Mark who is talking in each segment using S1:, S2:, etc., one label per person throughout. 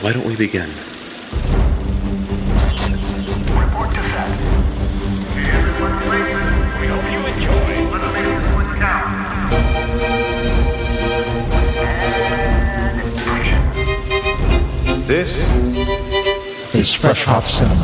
S1: Why don't we begin?
S2: Report to Fed. Hey, everyone, please. We hope you enjoy. Let's make this one count. And action.
S3: This
S4: It's Fresh Hop Cinema.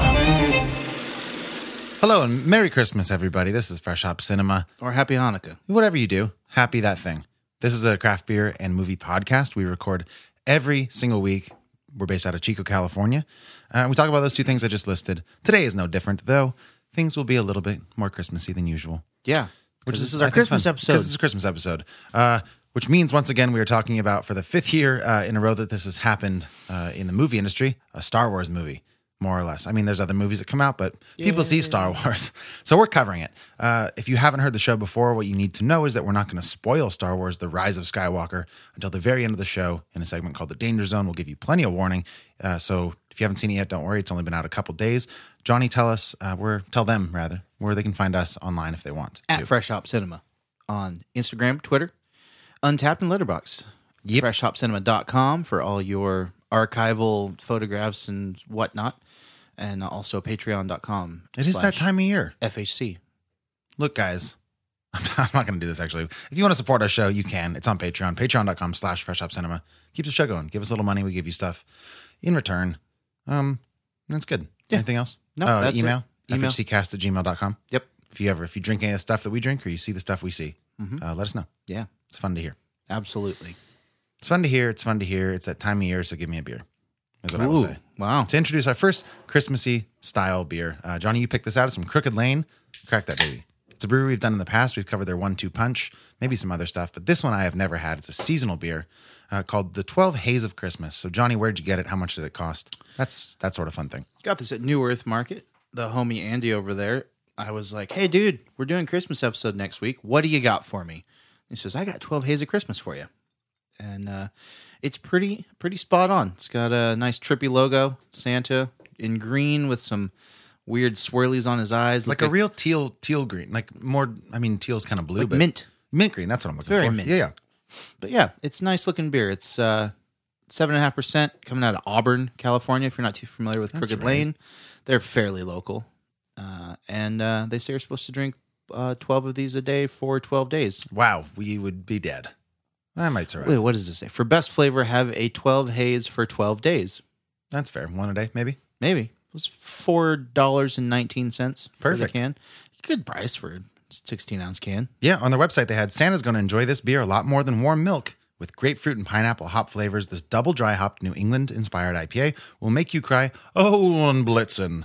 S5: Hello and Merry Christmas, everybody. This is Fresh Hop Cinema,
S6: or Happy Hanukkah.
S5: whatever you do, happy that thing. This is a craft beer and movie podcast we record every single week. We're based out of Chico, California. Uh, we talk about those two things I just listed. Today is no different, though. Things will be a little bit more Christmassy than usual.
S6: Yeah,
S5: Which
S6: this is
S5: I
S6: our
S5: think,
S6: Christmas
S5: fun,
S6: episode.
S5: Because it's a Christmas episode. Uh, which means, once again, we are talking about for the fifth year uh, in a row that this has happened uh, in the movie industry, a Star Wars movie, more or less. I mean, there's other movies that come out, but people see Star Wars. So we're covering it. Uh, if you haven't heard the show before, what you need to know is that we're not going to spoil Star Wars The Rise of Skywalker until the very end of the show in a segment called The Danger Zone. We'll give you plenty of warning. Uh, so if you haven't seen it yet, don't worry. It's only been out a couple days. Johnny, tell us, uh, where, tell them rather, where they can find us online if they want.
S6: at Fresh Hop Cinema on Instagram, Twitter, Untapped, and Letterboxd. FreshHopCinema.com for all your archival photographs and whatnot, and also Patreon.com.
S5: It is that
S6: slash
S5: time of year.
S6: FHC.
S5: Look, guys, I'm not going to do this actually. If you want to support our show, you can. It's on Patreon, patreon.com slash fresh up cinema. Keep the show going. Give us a little money. We give you stuff in return. Um, That's good.
S6: Yeah.
S5: Anything else?
S6: No,
S5: Oh,
S6: that's
S5: email.
S6: it. Email.
S5: FHCcast at gmail.com.
S6: Yep.
S5: If you ever, if you drink any of the stuff that we drink or you see the stuff we see, uh, let us know.
S6: Mm-hmm. Yeah,
S5: It's fun to hear.
S6: absolutely.
S5: It's fun to hear. It's fun to hear. It's that time of year, so give me a beer. Is what I will
S6: Ooh,
S5: say.
S6: wow.
S5: To introduce our first Christmassy style beer, uh, Johnny, you picked this out. It's from Crooked Lane. Crack that baby. It's a brewery we've done in the past. We've covered their one-two punch, maybe some other stuff, but this one I have never had. It's a seasonal beer uh, called the Twelve Haze of Christmas. So, Johnny, where'd you get it? How much did it cost? That's that sort of fun thing.
S6: Got this at New Earth Market. The homie Andy over there. I was like, "Hey, dude, we're doing Christmas episode next week. What do you got for me?" He says, "I got twelve haze of Christmas for you," and uh, it's pretty pretty spot on. It's got a nice trippy logo, Santa in green with some weird swirlies on his eyes,
S5: Like
S6: Look
S5: a real teal, teal green. Like more. I mean, teal's kind of blue,
S6: like
S5: but
S6: mint.
S5: mint green. That's what I'm looking
S6: Very
S5: for.
S6: mint.
S5: Yeah, yeah.
S6: But yeah, it's a nice looking beer. It's uh seven and a half percent coming out of Auburn, California. If you're not too familiar with Crooked
S5: right.
S6: Lane, they're fairly local, uh, and uh, they say you're supposed to drink uh, twelve of these a day for twelve days.
S5: Wow, we would be dead. I might survive.
S6: Wait, what does this say? For best flavor, have a twelve haze for twelve days.
S5: That's fair. One a day, maybe.
S6: Maybe it was four dollars and nineteen cents.
S5: Perfect.
S6: for the can. Good price for a sixteen ounce can.
S5: Yeah, on their website they had Santa's going to enjoy this beer a lot more than warm milk. With grapefruit and pineapple hop flavors, this double dry hopped New England inspired IPA will make you cry, Oh, on Blitzen!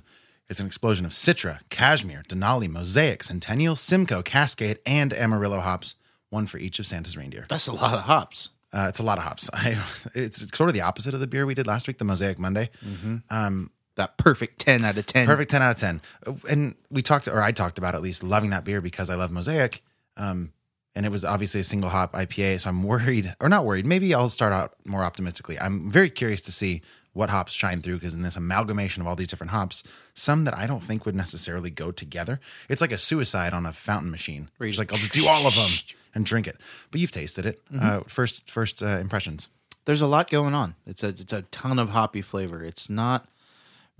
S5: It's an explosion of Citra, Cashmere, Denali, Mosaic, Centennial, Simcoe, Cascade, and Amarillo hops, one for each of Santa's reindeer.
S6: That's a lot of hops.
S5: Uh, it's a lot of hops. I, it's sort of the opposite of the beer we did last week, the Mosaic Monday.
S6: That perfect ten out of ten.
S5: Perfect 10 out of 10. Uh, And we talked, or I talked about at least loving that beer because I love Mosaic. Um, and it was obviously a single hop IPA. So I'm worried, or not worried. Maybe I'll start out more optimistically. I'm very curious to see what hops shine through because in this amalgamation of all these different hops, some that I don't think would necessarily go together. It's like a suicide on a fountain machine. Where
S6: you
S5: you're just like, I'll just do all of them and drink it. But you've tasted it. Uh, first, first uh, impressions.
S6: there's a lot going on. It's a it's a ton of hoppy flavor. It's not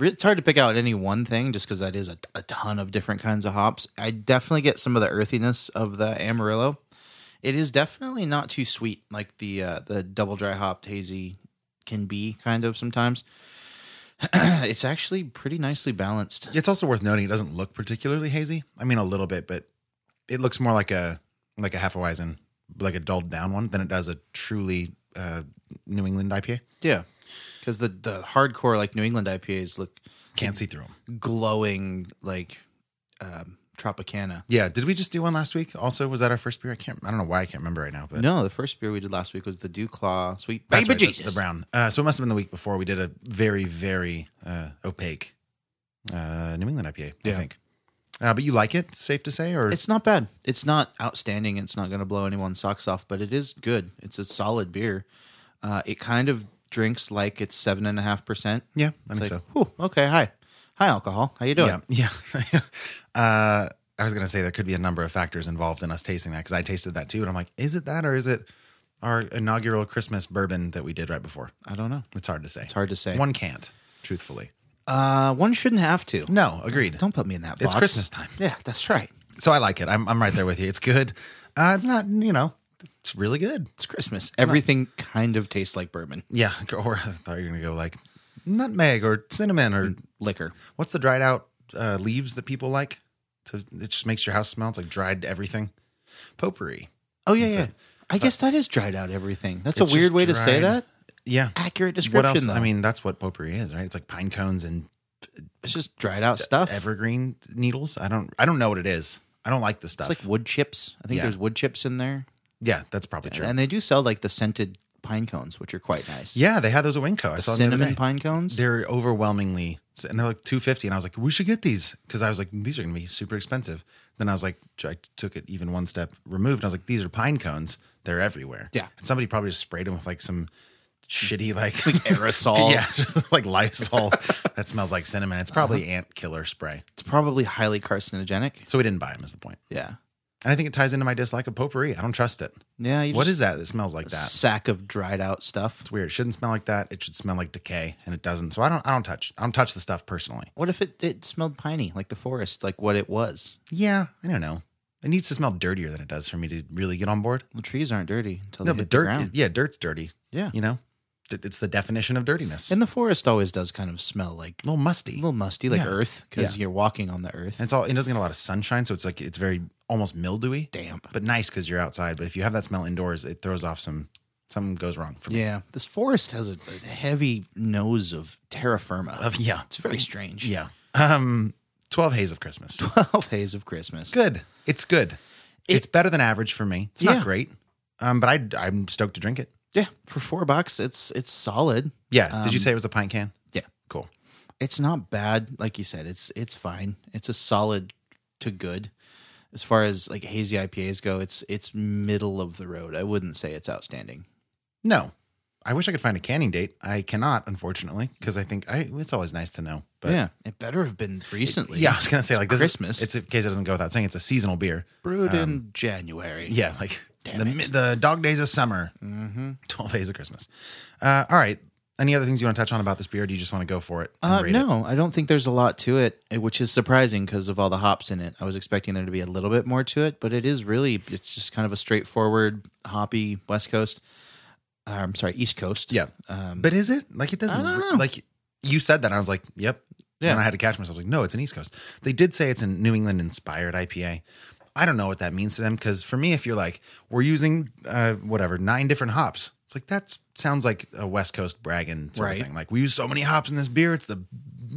S6: it's hard to pick out any one thing just because that is a, a ton of different kinds of hops. I definitely get some of the earthiness of the Amarillo. It is definitely not too sweet like the uh, the double dry hopped hazy can be kind of sometimes. it's actually pretty nicely balanced.
S5: It's also worth noting it doesn't look particularly hazy. I mean, a little bit, but it looks more like a like a Hefeweizen, like a dulled down one, than it does a truly uh, New England IPA.
S6: Yeah, because the the hardcore like New England IPAs look
S5: Can't see through them.
S6: glowing like um, Tropicana.
S5: Yeah, did we just do one last week? Also, was that our first beer? I can't. I don't know why I can't remember right now. But
S6: No, the first beer we did last week was the Dew Claw Sweet
S5: That's
S6: Baby
S5: right, the-
S6: Jesus.
S5: the, brown. Uh, so it must have been the week before we did a very very uh, opaque uh, New England IPA. I
S6: Yeah.
S5: think. Uh, but you like it? Safe to say, or
S6: It's not bad. It's not outstanding. It's not going to blow anyone's socks off, but it is good. It's a solid beer. Uh, it kind of drinks like it's seven and a half percent.
S5: yeah, I
S6: It's
S5: think
S6: like,
S5: so.
S6: whew, okay, hi, hi, alcohol. How you doing?
S5: Yeah, yeah. uh, I was gonna say there could be a number of factors involved in us tasting that because I tasted that too, and I'm like, is it that or is it our inaugural Christmas bourbon that we did right before?
S6: I don't know.
S5: It's hard to say. It's
S6: hard to say.
S5: One can't, truthfully.
S6: Uh, one shouldn't have to.
S5: No, agreed.
S6: Don't put me in that box.
S5: It's Christmas time.
S6: Yeah, that's right.
S5: So I like it. I'm, I'm right there with you. It's good. Uh, it's not, you know, it's really good.
S6: It's Christmas. Everything kind of tastes like bourbon.
S5: Yeah. Or I thought you were going to go like nutmeg or cinnamon or
S6: Liquor.
S5: what's the dried out uh, leaves that people like? To, it just makes your house smell. It's like dried everything. Potpourri.
S6: Oh yeah,
S5: That's
S6: yeah.
S5: it.
S6: I guess that is dried out everything. That's a
S5: It's
S6: weird
S5: just
S6: way to say
S5: dried-
S6: that.
S5: Yeah.
S6: Accurate
S5: What
S6: description.
S5: else?
S6: Though.
S5: I mean, that's what potpourri is, right? It's like pine cones and
S6: it's just dried out stuff.
S5: evergreen needles. I don't. I don't know what it is. I don't like the stuff.
S6: it's like wood chips. I think
S5: Yeah.
S6: there's wood chips in there,
S5: yeah, that's probably true.
S6: and they do sell like the scented pine cones, which are quite nice.
S5: yeah, they had those at Winco. I saw them the other
S6: cinnamon
S5: day.
S6: pine cones.
S5: They're overwhelmingly, and they're like two fifty. And I was like, we should get these because I was like, these are gonna be super expensive. Then I was like, I took it even one step removed. And I was like, these are pine cones. They're everywhere.
S6: Yeah.
S5: and somebody probably just sprayed them with like some shitty like,
S6: aerosol.
S5: yeah, like Lysol that smells like cinnamon. It's probably
S6: Uh-huh.
S5: ant killer spray.
S6: It's probably highly carcinogenic.
S5: So we didn't buy them. Is the point?
S6: Yeah,
S5: And I think it ties into my dislike of potpourri. I don't trust it.
S6: yeah. You
S5: What
S6: just-
S5: is that that smells like that?
S6: sack of dried out stuff?
S5: It's weird. It shouldn't smell like that. It should smell like decay, and it doesn't. So I don't. I don't touch. I don't touch the stuff personally.
S6: What if it, it smelled piney, like the forest, like what it was?
S5: Yeah, I don't know. It needs to smell dirtier than it does for me to really get on board.
S6: Well, trees aren't dirty until
S5: No,
S6: they
S5: but
S6: hit dirt.
S5: dirt. yeah, dirt's dirty.
S6: yeah.
S5: You know, D- it's the definition of dirtiness. And
S6: And the forest always does kind of smell like
S5: a little musty.
S6: a little musty, like
S5: Yeah.
S6: earth, because
S5: Yeah.
S6: you're walking on the earth.
S5: and it's all. It doesn't get a lot of sunshine, so it's like it's very almost mildewy,
S6: damp.
S5: but nice because you're outside. But if you have that smell indoors, it throws off some. Something goes wrong for me.
S6: yeah, this forest has a, a heavy nose of terra firma.
S5: Of- yeah.
S6: it's very strange.
S5: Yeah. Um, twelve haze of Christmas.
S6: twelve haze of Christmas.
S5: good. It's good. it's better than average for me. It's
S6: Yeah.
S5: not great, um, but I, I'm stoked to drink it.
S6: Yeah, for four bucks, it's it's solid.
S5: Yeah. Did you
S6: Um,
S5: say it was a pint can?
S6: Yeah,
S5: Cool.
S6: it's not bad. Like you said, it's it's fine. It's a solid to good. As far as like hazy IPAs go, it's it's middle of the road. I wouldn't say it's outstanding.
S5: No, I wish I could find a canning date. I cannot, unfortunately, because I think I, it's always nice to know. But
S6: yeah, it better have been recently.
S5: yeah, I was gonna say like this is-
S6: Christmas.
S5: it's in case it doesn't go without saying, it's a seasonal beer.
S6: brewed in
S5: um,
S6: January.
S5: Yeah, like
S6: Damn
S5: the
S6: it.
S5: mi- the dog days of summer,
S6: Mm-hmm.
S5: twelve days of Christmas. Uh, all right. Any other things you want to touch on about this beer? Or do you just want to go for it? and
S6: Uh,
S5: rate it?
S6: no, I don't think there's a lot to it, eh, which is surprising because of all the hops in it. I was expecting there to be a little bit more to it, but it is really it's just kind of a straightforward hoppy West Coast. Uh, I'm sorry, East Coast.
S5: Yeah.
S6: um,
S5: But is it like it doesn't
S6: I don't
S5: re-
S6: know.
S5: like you said that? And I was like, yep.
S6: Yeah.
S5: And I had to catch myself like, no, it's an East Coast. They did say it's a New England inspired IPA. I don't know what that means to them because for me, if you're like, we're using uh, whatever nine different hops, it's like that sounds like a West Coast bragging sort
S6: Right.
S5: of thing. Like we use so many hops in this beer, it's the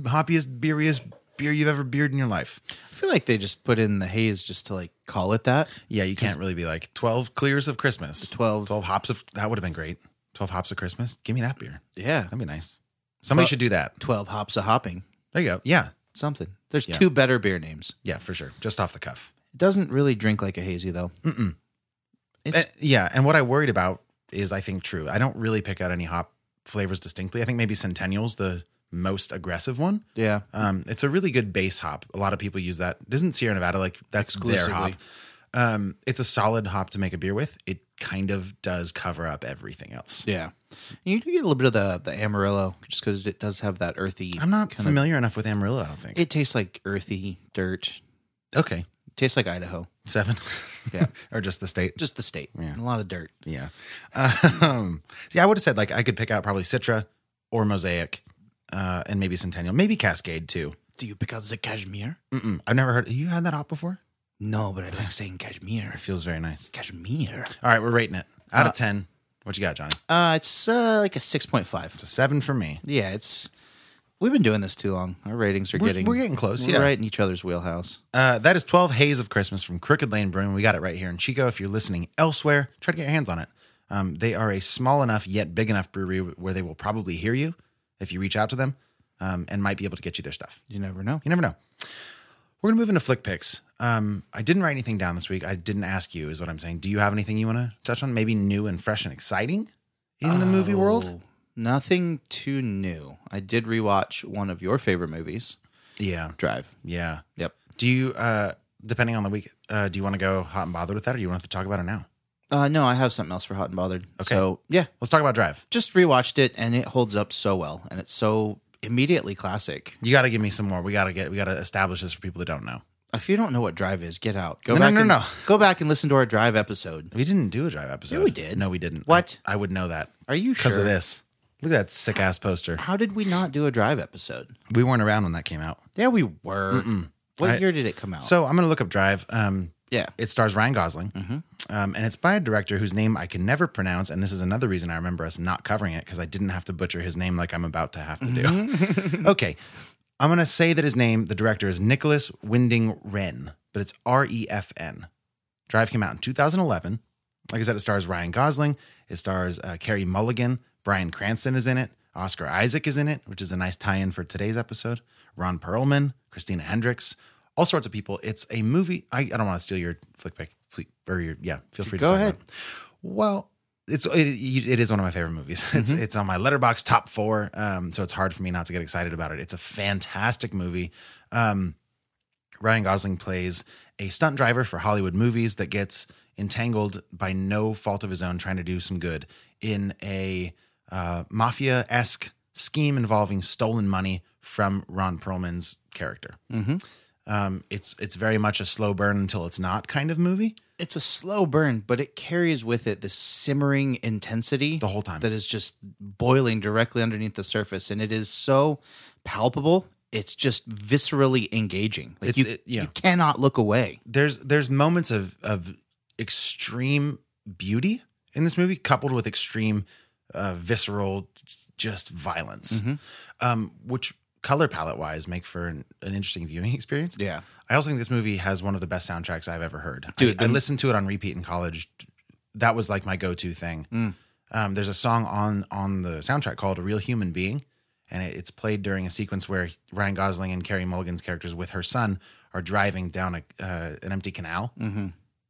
S5: hoppiest, beeriest beer you've ever beered in your life.
S6: I feel like they just put in the haze just to like call it that.
S5: Yeah, you can't really be like twelve clears of Christmas,
S6: 12.
S5: hops of that would have been great. Twelve hops of Christmas, give me that beer.
S6: Yeah,
S5: That'd be nice. Somebody
S6: Well-
S5: should do that.
S6: twelve hops of hopping.
S5: There you go. Yeah,
S6: Something. There's
S5: Yeah.
S6: two better beer names.
S5: Yeah, for sure. Just off the cuff.
S6: It doesn't really drink like a hazy though.
S5: Mm-mm.
S6: It's,
S5: Eh, yeah, and what I worried about is I think true. I don't really pick out any hop flavors distinctly. I think maybe Centennial's the most aggressive one.
S6: yeah,
S5: Um, it's a really good base hop. A lot of people use that. Isn't Sierra Nevada like that's their hop?
S6: Exclusively.
S5: Um, it's a solid hop to make a beer with. It kind of does cover up everything else.
S6: yeah. You do get a little bit of the the Amarillo just because it does have that earthy.
S5: I'm not
S6: kind of
S5: familiar enough with Amarillo. I don't think.
S6: It tastes like earthy dirt.
S5: okay,
S6: tastes like Idaho,
S5: seven.
S6: Yeah.
S5: or just the state.
S6: just the state. And a lot of dirt.
S5: Yeah. Um, yeah, I would have said like I could pick out probably Citra or Mosaic uh, and maybe Centennial, maybe Cascade too.
S6: Do you pick out the cashmere?
S5: Mm-mm, I've never heard. You had that hop before?
S6: No, but I like saying cashmere.
S5: It feels very nice.
S6: Cashmere.
S5: All right, we're rating it out of 10. What you got, Johnny?
S6: Uh, it's uh, like a six point
S5: It's
S6: five.
S5: a seven for me.
S6: Yeah, it's. We've been doing this too long. Our ratings are
S5: We're
S6: getting
S5: we're getting close.
S6: we're
S5: Yeah.
S6: right in each other's wheelhouse.
S5: Uh, that is 12 Haze of Christmas from Crooked Lane Brewing. We got it right here in Chico. If you're listening elsewhere, try to get your hands on it. Um, they are a small enough yet big enough brewery where they will probably hear you if you reach out to them um, and might be able to get you their stuff.
S6: You never know.
S5: You never know. We're gonna move into flick picks. Um, I didn't write anything down this week. I didn't ask you, is what I'm saying. Do you have anything you want to touch on? Maybe new and fresh and exciting in the movie world?
S6: Oh, nothing too new. I did rewatch one of your favorite movies,
S5: Yeah,
S6: Drive.
S5: yeah.
S6: Yep.
S5: Do you, uh, depending on the week, uh, do you want to go hot and bothered with that, or do you want to talk about it now?
S6: Uh, no, I have something else for Hot and Bothered.
S5: Okay.
S6: So yeah,
S5: Let's talk about Drive.
S6: just rewatched it and it holds up so well and it's so immediately classic.
S5: You got to give me some more. We got to get. We got to establish this for people that don't know.
S6: If you don't know what Drive is, get out. Go
S5: No, no,
S6: back
S5: no,
S6: and,
S5: no.
S6: Go back and listen to our Drive episode.
S5: We didn't do a Drive episode.
S6: we did.
S5: No, we didn't.
S6: What?
S5: I, I would know that
S6: Are you sure?
S5: because of this. Look at that sick ass poster.
S6: How did we not do a Drive episode?
S5: We weren't around when that came out.
S6: Yeah, we were. What
S5: I-
S6: year did it come out?
S5: So I'm gonna look up Drive. Um,
S6: yeah, Mm-hmm.
S5: it stars Ryan Gosling, um, and it's by a director whose name I can never pronounce. And this is another reason I remember us not covering it because I didn't have to butcher his name like I'm about to have to
S6: Mm-hmm.
S5: do. okay, I'm gonna say that his name, the director, is Nicholas Winding Refn, but it's R E F N. Drive came out in 2011. Like I said, it stars Ryan Gosling. It stars uh, Carrie Mulligan. Brian Cranston is in it. Oscar Isaac is in it, which is a nice tie in for today's episode. Ron Perlman, Christina Hendricks, all sorts of people. It's a movie. I, I don't want to steal your flick pick, flick, or your, yeah, feel free
S6: Go
S5: to talk
S6: ahead.
S5: About it. Well, it's it, it is one of my favorite movies. It's
S6: Mm-hmm.
S5: it's on my letterbox top four, um, so it's hard for me not to get excited about it. It's a fantastic movie. Um, Ryan Gosling plays a stunt driver for Hollywood movies that gets entangled by no fault of his own, trying to do some good in a uh, mafia esque scheme involving stolen money from Ron Perlman's character. Um, it's it's very much a slow burn until it's not kind of movie.
S6: it's a slow burn, but it carries with it this simmering intensity
S5: The whole time.
S6: that is just boiling directly underneath the surface, and it is so palpable. It's just viscerally engaging. Like
S5: It's-
S6: you,
S5: it- yeah.
S6: you cannot look away.
S5: there's there's moments of of extreme beauty in this movie, coupled with extreme uh, visceral just violence, um, which color palette wise make for an, an interesting viewing experience.
S6: Yeah.
S5: I also think this movie has one of the best soundtracks I've ever heard.
S6: Dude,
S5: I, I
S6: the-
S5: listened to it on repeat in college. That was like my go to thing.
S6: Mm.
S5: Um, there's a song on on the soundtrack called "A Real Human Being," and it, it's played during a sequence where Ryan Gosling and Carrie Mulligan's characters with her son are driving down a uh, an empty canal.
S6: Mm-hmm.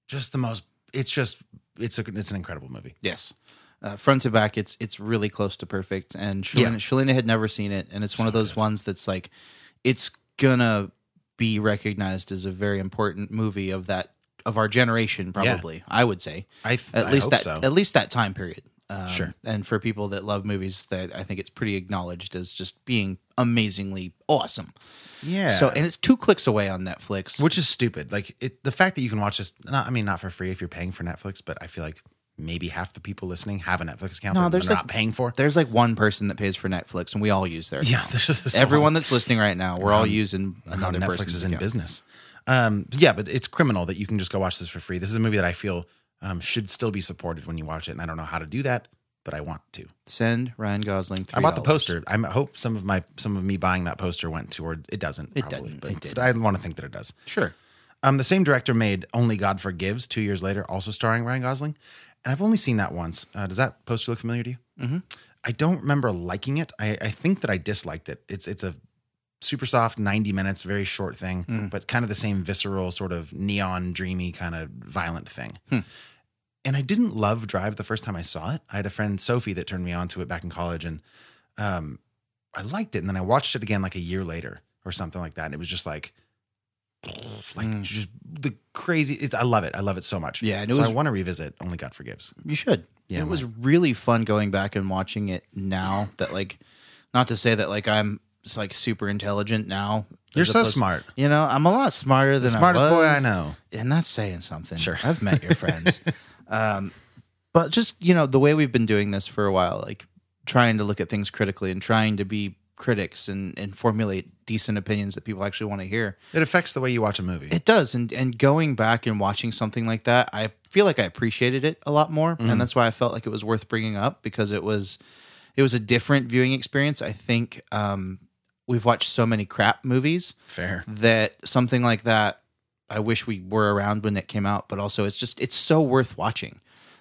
S5: Just the most. It's just it's a it's an incredible movie.
S6: Yes. Uh, front to back, it's it's really close to perfect. And
S5: Yeah.
S6: Shalina, Shalina had never seen it, and it's one of those ones that's like, it's gonna be recognized as a very important movie of that of our generation, probably. I would say
S5: I th-
S6: at
S5: I
S6: least
S5: hope
S6: that
S5: so.
S6: at least that time period. Um,
S5: Sure.
S6: And for people that love movies, that I think it's pretty acknowledged as just being amazingly awesome.
S5: Yeah.
S6: So, and it's two clicks away on Netflix.
S5: which is stupid. Like it, the fact that you can watch this. Not, I mean, not for free if you're paying for Netflix, but I feel like maybe half the people listening have a Netflix account.
S6: No,
S5: that
S6: there's
S5: they're
S6: like-
S5: not paying for.
S6: there's like one person that pays for Netflix, and we all use their
S5: Yeah, there's just
S6: Everyone that's listening right now, we're all using
S5: how
S6: another
S5: Um, Netflix
S6: person's
S5: is in
S6: account.
S5: business. Um, yeah, but it's criminal that you can just go watch this for free. This is a movie that I feel um, should still be supported when you watch it, and I don't know how to do that, but I want to.
S6: Send Ryan Gosling. $3.
S5: I bought the poster. I'm- I hope some of my some of me buying that poster went toward. It doesn't.
S6: It
S5: probably,
S6: didn't.
S5: But,
S6: It didn't.
S5: but I want to think that it does.
S6: Sure.
S5: Um, the same director made Only God Forgives two years later, also starring Ryan Gosling. And I've only seen that once. Uh, does that poster look familiar to you? Mm-hmm. I don't remember liking it. I, I think that I disliked it. It's it's a super soft 90 minutes, very short thing,
S6: Mm.
S5: but kind of the same visceral, sort of neon, dreamy, kind of violent thing. And I didn't love Drive the first time I saw it. I had a friend, Sophie, that turned me on to it back in college. And um, I liked it. And then I watched it again like a year later or something like that. And it was just like, like just the crazy. It's, I love it. I love it so much.
S6: Hmm. Yeah, and it
S5: so
S6: was-
S5: I want to revisit Only God Forgives.
S6: You should.
S5: Yeah,
S6: It
S5: I
S6: was really fun going back and watching it now. That like, not to say that like I'm s- like super intelligent now.
S5: You're
S6: as
S5: so
S6: opposed-
S5: smart.
S6: You know, I'm a lot smarter than I
S5: Smartest boy
S6: was.
S5: I know.
S6: and that's saying something.
S5: Sure.
S6: I've met your friends. um, but just, you know, the way we've been doing this for a while, like trying to look at things critically and trying to be critics and, and formulate decent opinions that people actually want to hear.
S5: It affects the way you watch a movie.
S6: It does. And, and going back and watching something like that, I feel like I appreciated it a lot more. And that's why I felt like it was worth bringing up because it was, it was a different viewing experience. I think, um, we've watched so many crap movies
S5: Fair.
S6: that something like that I wish we were around when it came out, but also it's just it's so worth watching.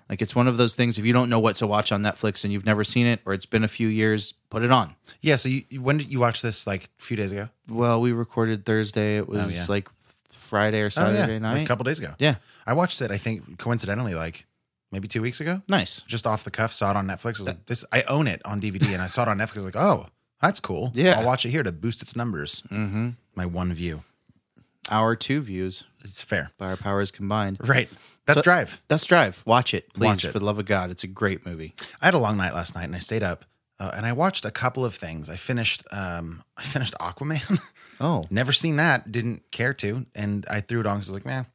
S6: Like it's one of those things if you don't know what to watch on Netflix and you've never seen it or it's been a few years, put it on.
S5: Yeah. So you, you- when did you watch this? Like a few days ago? Oh,
S6: Well, we recorded Thursday. It was
S5: yeah.
S6: like Friday or
S5: Oh, yeah,
S6: Saturday
S5: like
S6: night.
S5: a couple days ago.
S6: yeah.
S5: I watched it, I think, coincidentally, like maybe two weeks ago.
S6: Nice.
S5: Just off the cuff, saw it on Netflix. I was like, this, I own it on DVD, and I saw it on Netflix. I was like, oh, that's cool.
S6: Yeah.
S5: I'll watch it here to boost its numbers. Mm-hmm. My one view.
S6: hour two views
S5: It's fair.
S6: by our powers combined.
S5: Right. That's
S6: So-
S5: Drive.
S6: That's Drive. Watch it, please,
S5: Watch it.
S6: for the love of God. It's a great movie.
S5: I had a long night last night and I stayed up uh, and I watched a couple of things. I finished um I finished Aquaman.
S6: Oh,
S5: Never seen that, didn't care to, and I threw it on because I was like, man,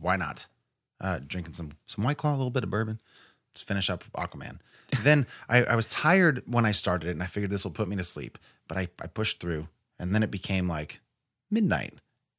S5: why not? Uh, drinking some some white claw, a little bit of bourbon. Let's finish up Aquaman. then I, I was tired when I started it, and I figured this will put me to sleep. But I, I pushed through, and then it became like midnight,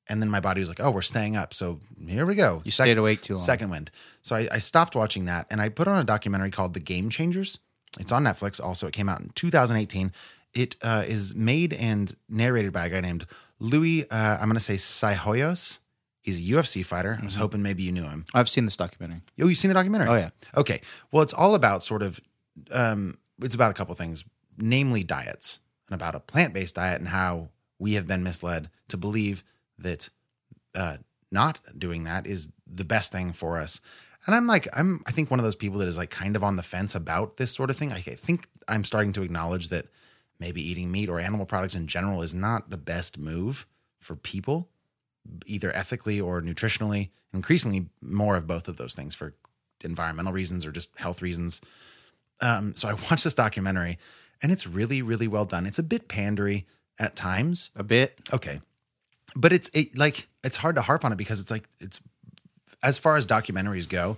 S5: and then my body was like, oh, we're staying up, so here we go.
S6: you
S5: Sec-
S6: stayed awake too long.
S5: Second wind. So I, I stopped watching that and I put on a documentary called The Game Changers. It's on Netflix. Also, it came out in 2018. It uh, is made and narrated by a guy named Louis, uh, I'm going to say Saihoyos. He's a UFC fighter. I was hoping maybe you knew him.
S6: I've seen this documentary.
S5: Oh, you've seen the documentary?
S6: Oh, yeah.
S5: Okay. Well, it's all about sort of, um, it's about a couple things, namely diets and about a plant based diet and how we have been misled to believe that uh, not doing that is the best thing for us. And I'm like, I'm, I think one of those people that is like kind of on the fence about this sort of thing. I I think I'm starting to acknowledge that maybe eating meat or animal products in general is not the best move for people either ethically or nutritionally, increasingly more of both of those things for environmental reasons or just health reasons. Um, so I watched this documentary and it's really, really well done. It's a bit pandery at times.
S6: A bit.
S5: Okay. But it's it, like, it's hard to harp on it because it's like, it's as far as documentaries go,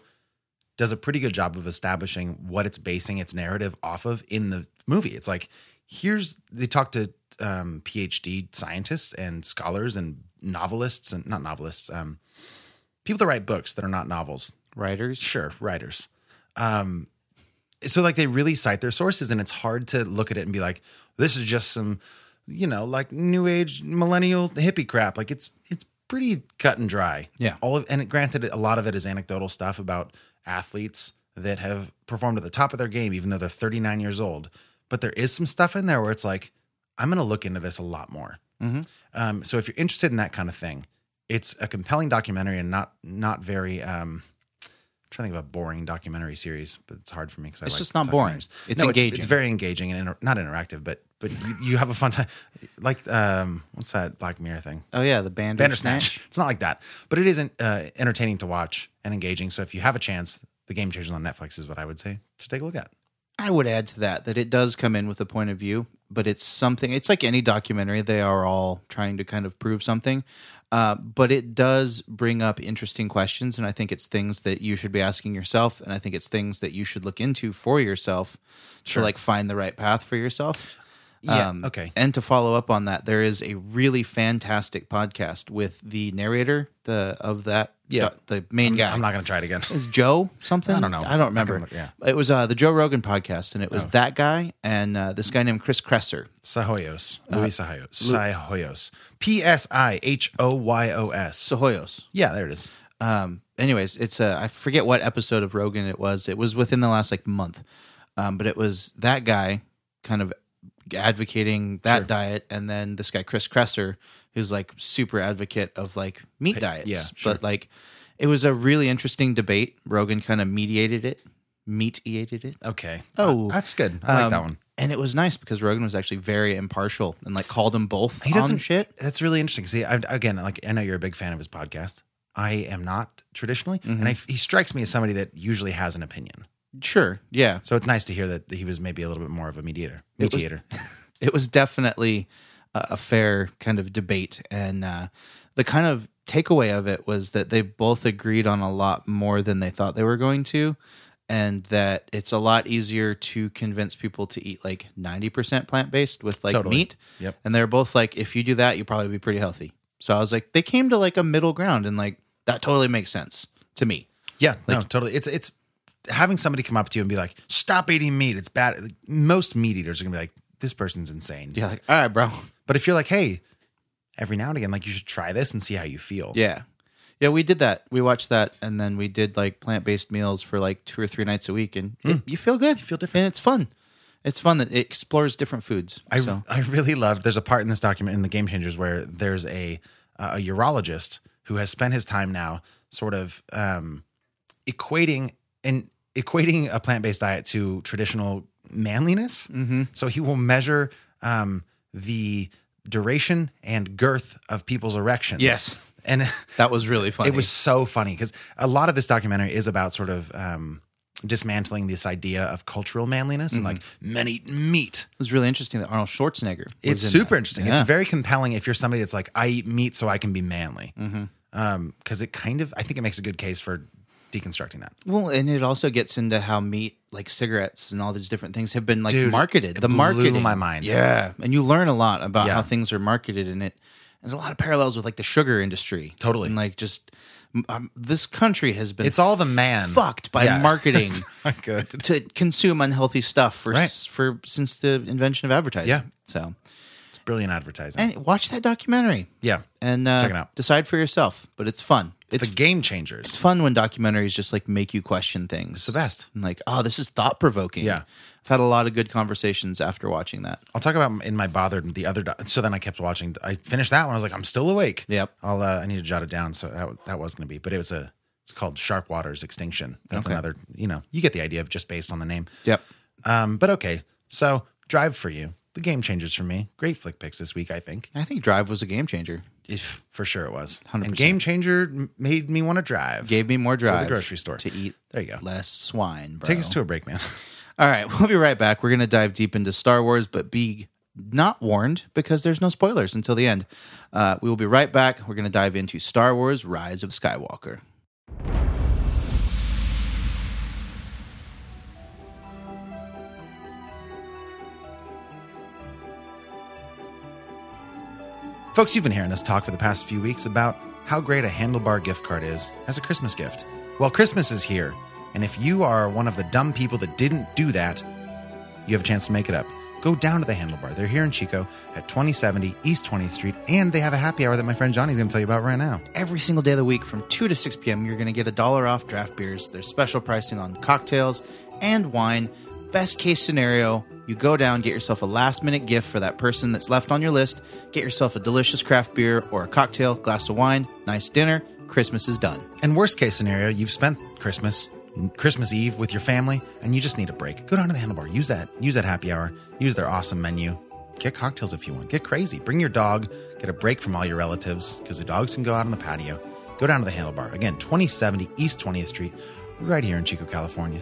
S5: does a pretty good job of establishing what it's basing its narrative off of in the movie. It's like, here's they talk to um, PhD scientists and scholars and novelists and not novelists, um, people that write books that are not novels.
S6: Writers.
S5: Sure, writers. Um, so like they really cite their sources, and it's hard to look at it and be like, this is just some, you know, like new age millennial hippie crap. Like it's it's pretty cut and dry.
S6: Yeah.
S5: All of and it, granted, a lot of it is anecdotal stuff about athletes that have performed at the top of their game, even though they're 39 years old. But there is some stuff in there where it's like, I'm going to look into this a lot more.
S6: Mm-hmm.
S5: Um, so if you're interested in that kind of thing, it's a compelling documentary and not not very. Um, I'm trying to think of a boring documentary series, but it's hard for me because I
S6: It's
S5: like
S6: just not boring.
S5: documentaries. It's,
S6: It's engaging.
S5: very engaging and inter- not interactive, but but you, you have a fun time. Like um, what's that Black Mirror thing?
S6: Oh, yeah. The Bandersnatch.
S5: Bandersnatch. It's not like that, but it isn't uh, entertaining to watch and engaging. So if you have a chance, the Game Changers on Netflix is what I would say to take a look at.
S6: I would add to that that it does come in with a point of view, but it's something. It's like any documentary; they are all trying to kind of prove something, uh, but it does bring up interesting questions, and I think it's things that you should be asking yourself, and I think it's things that you should look into for yourself to like find the right path for yourself. Um,
S5: Yeah, okay.
S6: And to follow up on that, there is a really fantastic podcast with the narrator the of that
S5: Yeah.
S6: the main guy.
S5: I'm not going to try it again.
S6: Is Joe something?
S5: I don't know.
S6: I don't remember.
S5: I can look- Oh.
S6: It was uh, the Joe Rogan podcast, and it was that guy and uh, this guy named Chris Kresser.
S5: Sahoyos,
S6: Uh,
S5: Luis Sahoyos, Sahoyos, P S I H O Y O S.
S6: Sohoyos.
S5: Yeah, there it is.
S6: Um, anyways, it's uh, I forget what episode of Rogan it was. It was within the last like month, um, but it was that guy kind of advocating that diet, and then this guy Chris Kresser, who's like super advocate of like meat diets.
S5: yeah, sure.
S6: but like it was a really interesting debate. Rogan kind of mediated it, mediated it.
S5: Okay.
S6: Oh.
S5: Uh, that's good. I like
S6: Um,
S5: that one.
S6: And it was nice because Rogan was actually very impartial and like called them both
S5: He
S6: on
S5: doesn't.
S6: shit.
S5: That's really interesting. See, I've, again, like I know you're a big fan of his podcast. I am not traditionally,
S6: Mm-hmm.
S5: and I, he strikes me as somebody that usually has an opinion.
S6: Sure, yeah.
S5: So it's nice to hear that he was maybe a little bit more of a mediator. Mediator.
S6: It was definitely a, a fair kind of debate, and uh, the kind of takeaway of it was that they both agreed on a lot more than they thought they were going to, and that it's a lot easier to convince people to eat like ninety percent plant based with like
S5: Totally.
S6: meat.
S5: Yep.
S6: And they're both like, if you do that, you'll probably be pretty healthy. So I was like, they came to like a middle ground, and like that totally makes sense to me.
S5: Yeah, no, totally. It's it's having somebody come up to you and be like, "Stop eating meat. It's bad." Like, most meat eaters are gonna be like, "This person's insane."
S6: Yeah, like all right, bro.
S5: But if you're like, "Hey," every now and again, like you should try this and see how you feel.
S6: Yeah. Yeah, we did that. We watched that and then we did like plant based meals for like two or three nights a week and it- you feel good. Hmm. You feel different. And it's fun. It's fun that it explores different foods.
S5: I,
S6: so
S5: I really loved. There's a part in this document in the Game Changers where there's a uh, a urologist who has spent his time now sort of um, equating and equating a plant based diet to traditional manliness.
S6: Mm-hmm.
S5: So he will measure um, the duration and girth of people's erections.
S6: Yes.
S5: and
S6: That was really funny.
S5: it was so funny because a lot of this documentary is about sort of um, dismantling this idea of cultural manliness and like men eat meat.
S6: It was really interesting that Arnold Schwarzenegger. was
S5: It's
S6: in
S5: super
S6: that.
S5: interesting.
S6: Yeah.
S5: It's very compelling if you're somebody that's like, I eat meat so I can be manly. Because it kind of, I think it makes a good case for deconstructing that.
S6: well, and it also gets into how meat, like cigarettes and all these different things, have been like
S5: Dude,
S6: marketed.
S5: it
S6: The
S5: blew
S6: marketing,
S5: my mind.
S6: Yeah, and you learn a lot about
S5: Yeah.
S6: how things are marketed in it. And there's a lot of parallels with like the sugar industry.
S5: Totally.
S6: and like just um, this country has been
S5: It's all the man.
S6: fucked by
S5: Yeah.
S6: marketing
S5: It's not good.
S6: to consume unhealthy stuff for
S5: Right.
S6: s- for since the invention of advertising.
S5: Yeah.
S6: so
S5: It's brilliant advertising.
S6: and watch that documentary.
S5: yeah.
S6: and uh,
S5: Check it out.
S6: decide for yourself. But it's fun.
S5: It's,
S6: It's
S5: the game changers.
S6: it's fun when documentaries just like make you question things.
S5: It's the best.
S6: And like, oh, this is thought provoking.
S5: Yeah.
S6: I've had a lot of good conversations after watching that.
S5: I'll talk about in my bothered the other. Do- so then I kept watching. I finished that one. I was like, I'm still awake.
S6: Yep.
S5: I'll. Uh, I need to jot it down. So that, that was going to be, but it was a. It's called Shark Waters Extinction. That's
S6: Okay.
S5: another. You know, you get the idea of just based on the name.
S6: Yep.
S5: Um. But okay. So Drive for you. The game changes for me. Great flick picks this week. I think.
S6: I think Drive was a game changer.
S5: If for sure it was.
S6: 100%.
S5: And game changer m- made me want to drive.
S6: Gave me more drive
S5: grocery store.
S6: to eat
S5: There you go.
S6: less swine. Bro.
S5: Take us to a break, man.
S6: All right, we'll be right back. We're going to dive deep into Star Wars, but be not warned because there's no spoilers until the end. Uh, we will be right back. We're going to dive into Star Wars Rise of Skywalker.
S5: Folks, you've been hearing us talk for the past few weeks about how great a handlebar gift card is as a Christmas gift. Well, Christmas is here, and if you are one of the dumb people that didn't do that, you have a chance to make it up. Go down to the handlebar. They're here in Chico at 2070 East 20th Street, and they have a happy hour that my friend Johnny's going to tell you about right now.
S6: every single day of the week from 2 to 6 p.m. You're going to get a dollar off draft beers. There's special pricing on cocktails and wine. Best case scenario, you go down, get yourself a last minute gift for that person that's left on your list. Get yourself a delicious craft beer or a cocktail, glass of wine, nice dinner. Christmas is done.
S5: And worst case scenario, you've spent Christmas, Christmas Eve with your family, and you just need a break. Go down to the handlebar. Use that. Use that happy hour. Use their awesome menu. Get cocktails if you want. Get crazy. Bring your dog. Get a break from all your relatives because the dogs can go out on the patio. Go down to the handlebar. Again, 2070 East 20th Street, right here in Chico, California.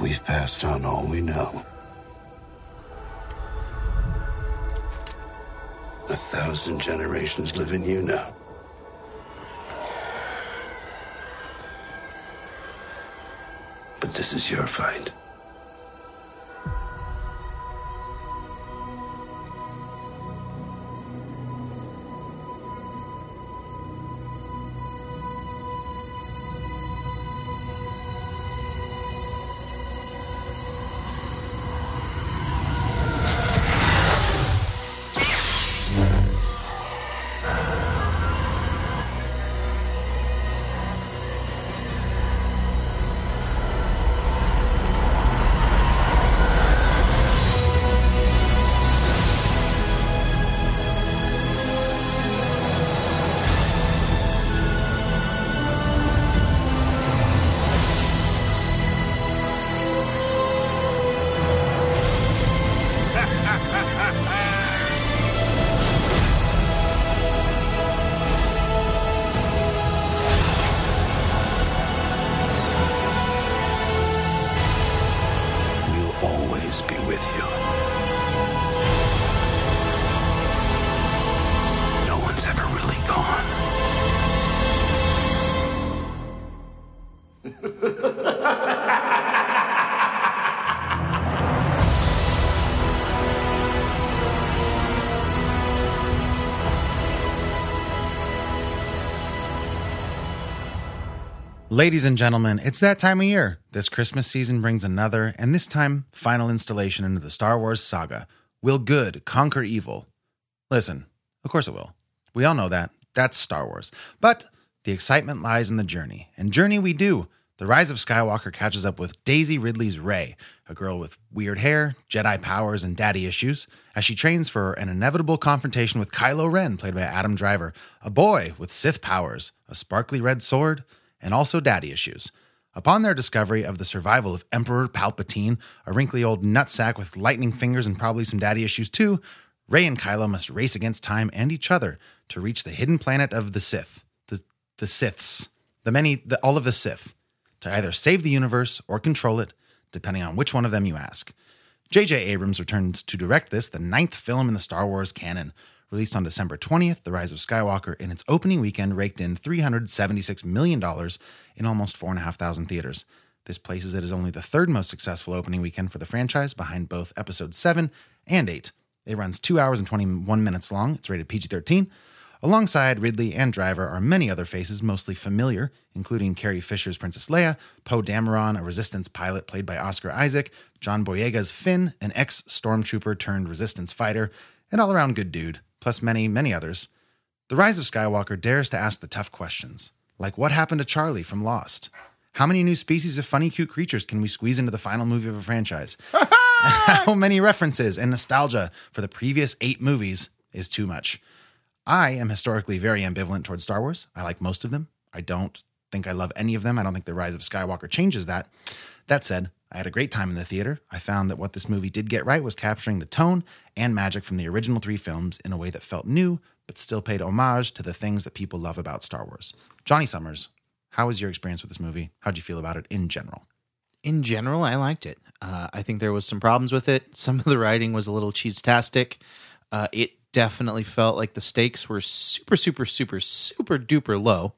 S1: We've passed on all we know. A thousand generations live in you now. But this is your fight. We'll always be with you. No one's ever really gone.
S5: Ladies and gentlemen, it's that time of year. This Christmas season brings another, and this time, final installation into the Star Wars saga. Will good conquer evil? Listen, of course it will. We all know that. That's Star Wars. But the excitement lies in the journey, and journey we do. The Rise of Skywalker catches up with Daisy Ridley's Rey, a girl with weird hair, Jedi powers, and daddy issues, as she trains for an inevitable confrontation with Kylo Ren, played by Adam Driver, a boy with Sith powers, a sparkly red sword, and also daddy issues. Upon their discovery of the survival of Emperor Palpatine, a wrinkly old nutsack with lightning fingers and probably some daddy issues too, Rey and Kylo must race against time and each other to reach the hidden planet of the Sith, the, the Siths, the many, the, all of the Sith, to either save the universe or control it, depending on which one of them you ask. J.J. Abrams returns to direct this, the ninth film in the Star Wars canon. Released on December 20th, The Rise of Skywalker, in its opening weekend, raked in $376 million in almost 4,500 theaters. This places it as only the third most successful opening weekend for the franchise, behind both Episode 7 and 8. It runs 2 hours and 21 minutes long. It's rated PG 13. Alongside Ridley and Driver are many other faces mostly familiar, including Carrie Fisher's Princess Leia, Poe Dameron, a resistance pilot played by Oscar Isaac, John Boyega's Finn, an ex stormtrooper turned resistance fighter, an all around good dude, plus many, many others. The Rise of Skywalker dares to ask the tough questions, like what happened to Charlie from Lost? How many new species of funny, cute creatures can we squeeze into the final movie of a franchise? How many references and nostalgia for the previous eight movies is too much? I am historically very ambivalent towards Star Wars. I like most of them. I don't think I love any of them. I don't think The Rise of Skywalker changes that. That said, I had a great time in the theater. I found that what this movie did get right was capturing the tone and magic from the original three films in a way that felt new, but still paid homage to the things that people love about Star Wars. Johnny Summers, how was your experience with this movie? How'd you feel about it in general?
S6: in general, I liked it. Uh, I think there was some problems with it. Some of the writing was a little cheese-tastic. Uh, it definitely felt like the stakes were super, super, super, super duper low.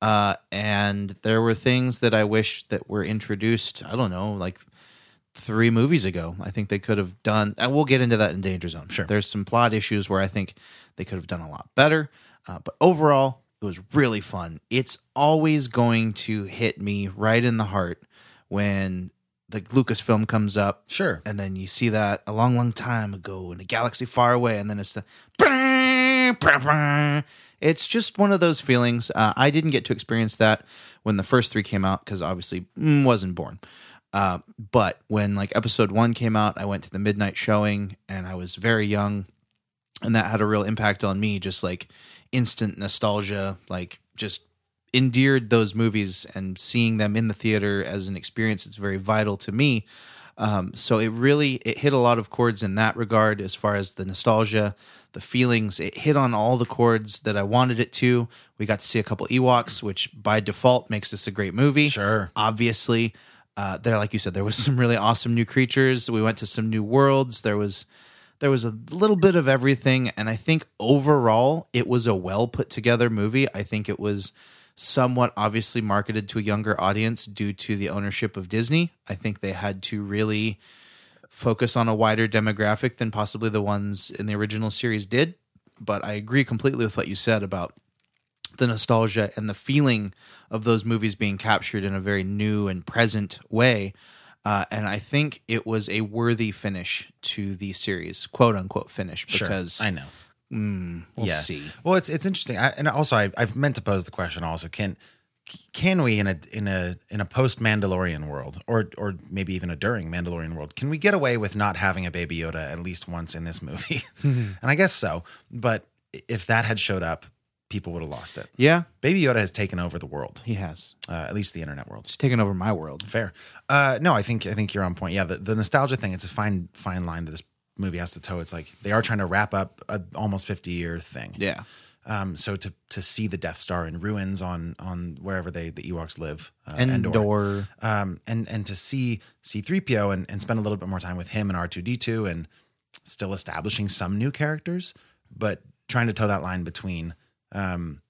S6: Uh, and there were things that I wish that were introduced. I don't know, like three movies ago. I think they could have done, and we'll get into that in Danger Zone.
S5: Sure.
S6: There's some plot issues where I think they could have done a lot better. Uh, but overall, it was really fun. It's always going to hit me right in the heart when the Lucasfilm comes up.
S5: Sure.
S6: And then you see that a long, long time ago in a galaxy far away. And then it's the. It's just one of those feelings. Uh, I didn't get to experience that when the first three came out because obviously mm, wasn't born. Uh, but when like episode one came out, I went to the midnight showing and I was very young and that had a real impact on me just like instant nostalgia like just endeared those movies and seeing them in the theater as an experience it's very vital to me um, so it really it hit a lot of chords in that regard as far as the nostalgia the feelings it hit on all the chords that i wanted it to we got to see a couple ewoks which by default makes this a great movie
S5: Sure.
S6: obviously uh, there like you said there was some really awesome new creatures we went to some new worlds there was there was a little bit of everything and i think overall it was a well put together movie i think it was somewhat obviously marketed to a younger audience due to the ownership of disney i think they had to really focus on a wider demographic than possibly the ones in the original series did but i agree completely with what you said about the nostalgia and the feeling of those movies being captured in a very new and present way. Uh, and I think it was a worthy finish to the series, quote unquote finish, because
S5: I know.
S6: we'll
S5: yeah.
S6: see.
S5: Well, it's it's interesting, I, and also I, I've meant to pose the question. Also, can can we in a in a in a post Mandalorian world, or or maybe even a during Mandalorian world, can we get away with not having a Baby Yoda at least once in this movie? and I guess so. But if that had showed up, people would have lost it.
S6: Yeah,
S5: Baby Yoda has taken over the world,
S6: he has.
S5: uh, at least the internet world.
S6: He's taken over my world.
S5: Fair. Uh, no, I think I think you're on point. Yeah, the, the nostalgia thing. It's a fine fine line that this movie has to toe. It's like they are trying to wrap up a almost 50 year thing.
S6: Yeah.
S5: Um, so to to see the Death Star in ruins on on wherever they the Ewoks live, uh,
S6: Endor.
S5: um, and and to see C three PO and and spend a little bit more time with him and R two D two, and still establishing some new characters, but trying to toe that line between um,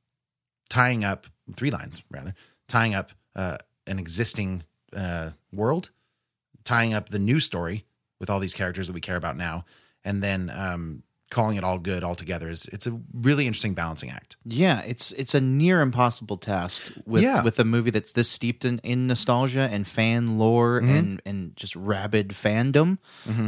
S5: tying up three lines rather, tying up uh, an existing uh, world, tying up the new story with all these characters that we care about now, and then um, calling it all good altogether is it's a really interesting balancing act.
S6: Yeah, it's it's a near impossible task with
S5: Yeah.
S6: with a movie that's this steeped in, in nostalgia and fan lore and and just rabid fandom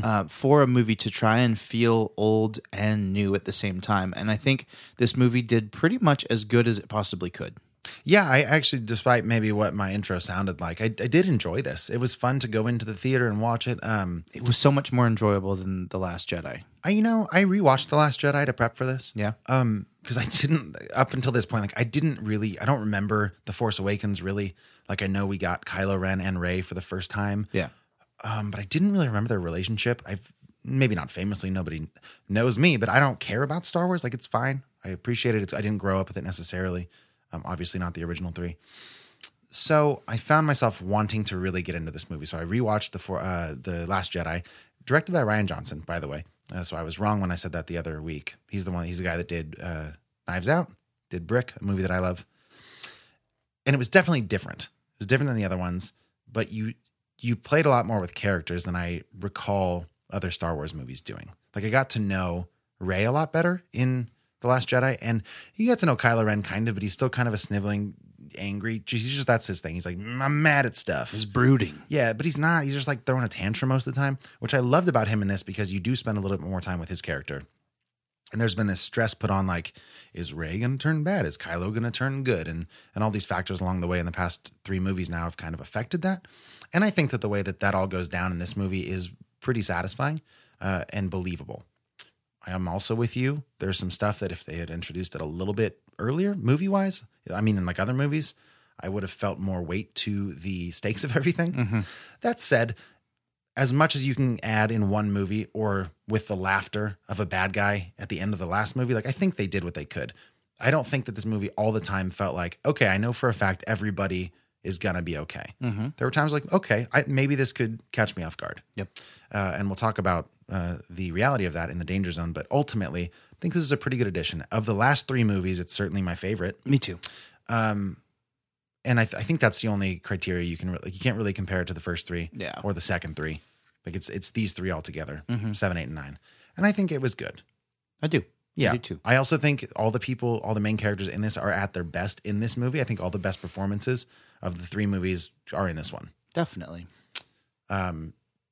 S6: uh, for a movie to try and feel old and new at the same time. And I think this movie did pretty much as good as it possibly could.
S5: Yeah, I actually, despite maybe what my intro sounded like, I, I did enjoy this. It was fun to go into the theater and watch it. Um,
S6: It was so much more enjoyable than The Last Jedi.
S5: I, you know, I rewatched The Last Jedi to prep for this.
S6: Yeah.
S5: Um, because I didn't up until this point, like I didn't really, I don't remember The Force Awakens really. Like I know we got Kylo Ren and Rey for the first time.
S6: Yeah.
S5: Um, but I didn't really remember their relationship. I've maybe not famously, nobody knows me, but I don't care about Star Wars. Like it's fine. I appreciate it. It's, I didn't grow up with it necessarily. Um, obviously not the original three. So I found myself wanting to really get into this movie. So I rewatched the four, uh, the Last Jedi, directed by Ryan Johnson, by the way. Uh, so I was wrong when I said that the other week. He's the one. He's the guy that did uh, Knives Out, did Brick, a movie that I love and it was definitely different. It was different than the other ones, but you you played a lot more with characters than I recall other Star Wars movies doing. Like I got to know Rey a lot better in The Last Jedi, and you got to know Kylo Ren kind of, but he's still kind of a sniveling, angry. He's just that's his thing. He's like, "Mm, I'm mad at stuff.
S6: brooding.
S5: Yeah, but he's not. He's just like throwing a tantrum most of the time, which I loved about him in this because you do spend a little bit more time with his character. And there's been this stress put on like, is Ray gonna turn bad? Is Kylo gonna turn good? And and all these factors along the way in the past three movies now have kind of affected that. And I think that the way that that all goes down in this movie is pretty satisfying uh, and believable. I am also with you. There's some stuff that if they had introduced it a little bit earlier, movie wise, I mean, in like other movies, I would have felt more weight to the stakes of everything. That said, as much as you can add in one movie or with the laughter of a bad guy at the end of the last movie, like I think they did what they could. I don't think that this movie all the time felt like, okay, I know for a fact everybody is gonna be okay. There were times like, okay, I, maybe this could catch me off guard
S6: Yep.
S5: uh, and we'll talk about uh, the reality of that in the danger zone. But ultimately, I think this is a pretty good addition. Of the last three movies, it's certainly my favorite,
S6: Me too.
S5: Um, and I, th- I think that's the only criteria you can really you can't really compare it to the first three,
S6: Yeah. Mm-hmm.
S5: or the second three. Like it's it's these three all together, seven, eight, and nine, and I think it was good.
S6: I do.
S5: Yeah,
S6: I do too.
S5: I also think all the people, all the main characters in this are at their best in this movie. I think all the best performances of the three movies are in this one, Um,
S6: Definitely.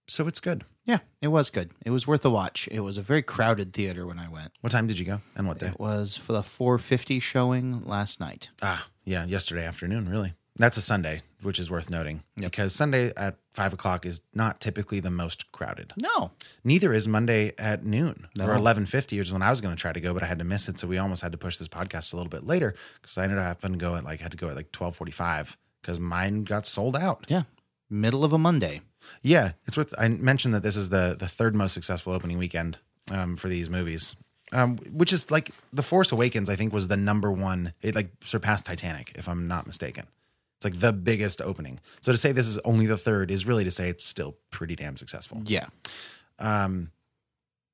S5: so it's good.
S6: Yeah, it was good. It was worth a watch. It was a very crowded theater when I went.
S5: What time did you go and what day?
S6: It was for the 450 showing last night.
S5: Ah, yeah, yesterday afternoon, really. That's a Sunday, which is worth noting because Sunday at five o'clock is not typically the most crowded.
S6: No.
S5: Neither is Monday at noon or eleven fifty, which is when I was going to try to go, but I had to miss it, so we almost had to push this podcast a little bit later because I ended up having to go at like had to go at like twelve forty five because mine got sold out.
S6: Yeah. Middle of a Monday.
S5: Yeah, it's worth. I mentioned that this is the the third most successful opening weekend um, for these movies, um, which is like The Force Awakens. I think was the number one. It like surpassed Titanic, if I'm not mistaken. It's like the biggest opening. So to say this is only the third is really to say it's still pretty damn successful.
S6: Yeah.
S5: Um,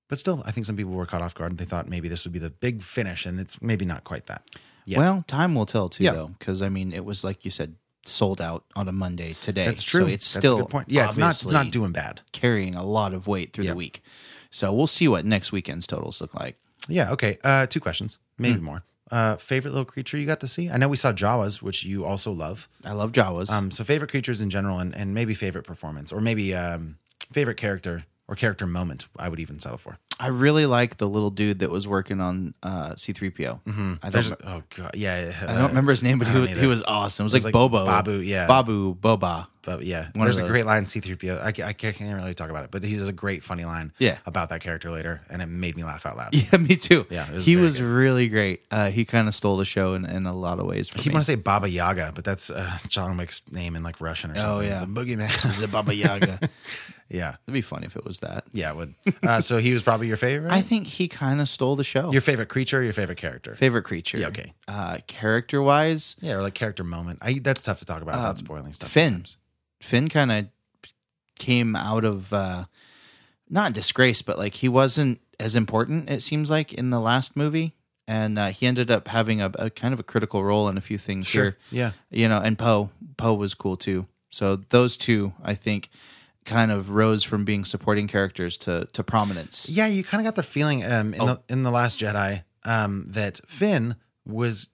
S5: But still, I think some people were caught off guard. They thought maybe this would be the big finish, and it's maybe not quite that. Yet.
S6: Well, time will tell too,
S5: Yeah.
S6: though, because I mean, it was like you said, sold out on a Monday today.
S5: that's true.
S6: So it's
S5: That's
S6: still
S5: a good point. Yeah, it's not it's not
S6: obviously
S5: doing bad.
S6: carrying a lot of weight through
S5: Yeah.
S6: the week. So we'll see what next weekend's totals look like.
S5: Yeah. Okay. Uh, two questions, maybe
S6: Hmm.
S5: more. Uh, favorite little creature you got to see? I know we saw Jawas, which you also love.
S6: I love Jawas.
S5: Um, so favorite creatures in general, and, and maybe favorite performance, or maybe um, favorite character or character moment. I would even settle for.
S6: I really like the little dude that was working on uh, C3PO. I
S5: There's
S6: don't.
S5: oh god, yeah.
S6: I don't remember his name, but he,
S5: don't
S6: was, he
S5: either.
S6: was awesome. It was,
S5: was
S6: like,
S5: like
S6: Bobo,
S5: Babu, yeah.
S6: Babu, Boba.
S5: But yeah,
S6: One of
S5: there's a
S6: those.
S5: great line in C3PO. I, ca- I ca- can't really talk about it, but he has a great funny line
S6: Yeah.
S5: about that character later, and it made me laugh out loud.
S6: Yeah, me too.
S5: Yeah, it was
S6: he
S5: very
S6: was
S5: good.
S6: really great. Uh, he kind of stole the show in, in a lot of ways. For
S5: He
S6: me.
S5: want to say Baba Yaga, but that's uh, John Wick's name in like Russian or something.
S6: Oh, yeah.
S5: the boogeyman.
S6: the Baba Yaga. It'd
S5: yeah,
S6: be fun if it was that.
S5: yeah, it would. Uh, so he was probably your favorite.
S6: I think he kind of stole the show.
S5: your favorite creature, your favorite character,
S6: favorite creature?
S5: Yeah, okay.
S6: Uh, character wise,
S5: yeah, or like character moment. I that's tough to talk about without spoiling stuff.
S6: Um, Finn.
S5: sometimes.
S6: Finn kind of came out of uh, not disgrace, but like he wasn't as important. It seems like in the last movie, and uh, he ended up having a, a kind of a critical role in a few things here.
S5: yeah.
S6: you know, and Poe. Poe was cool too. So those two, I think, kind of rose from being supporting characters to to prominence.
S5: Yeah, you kind of got the feeling um,
S6: Oh.
S5: in the in the Last Jedi um, that Finn was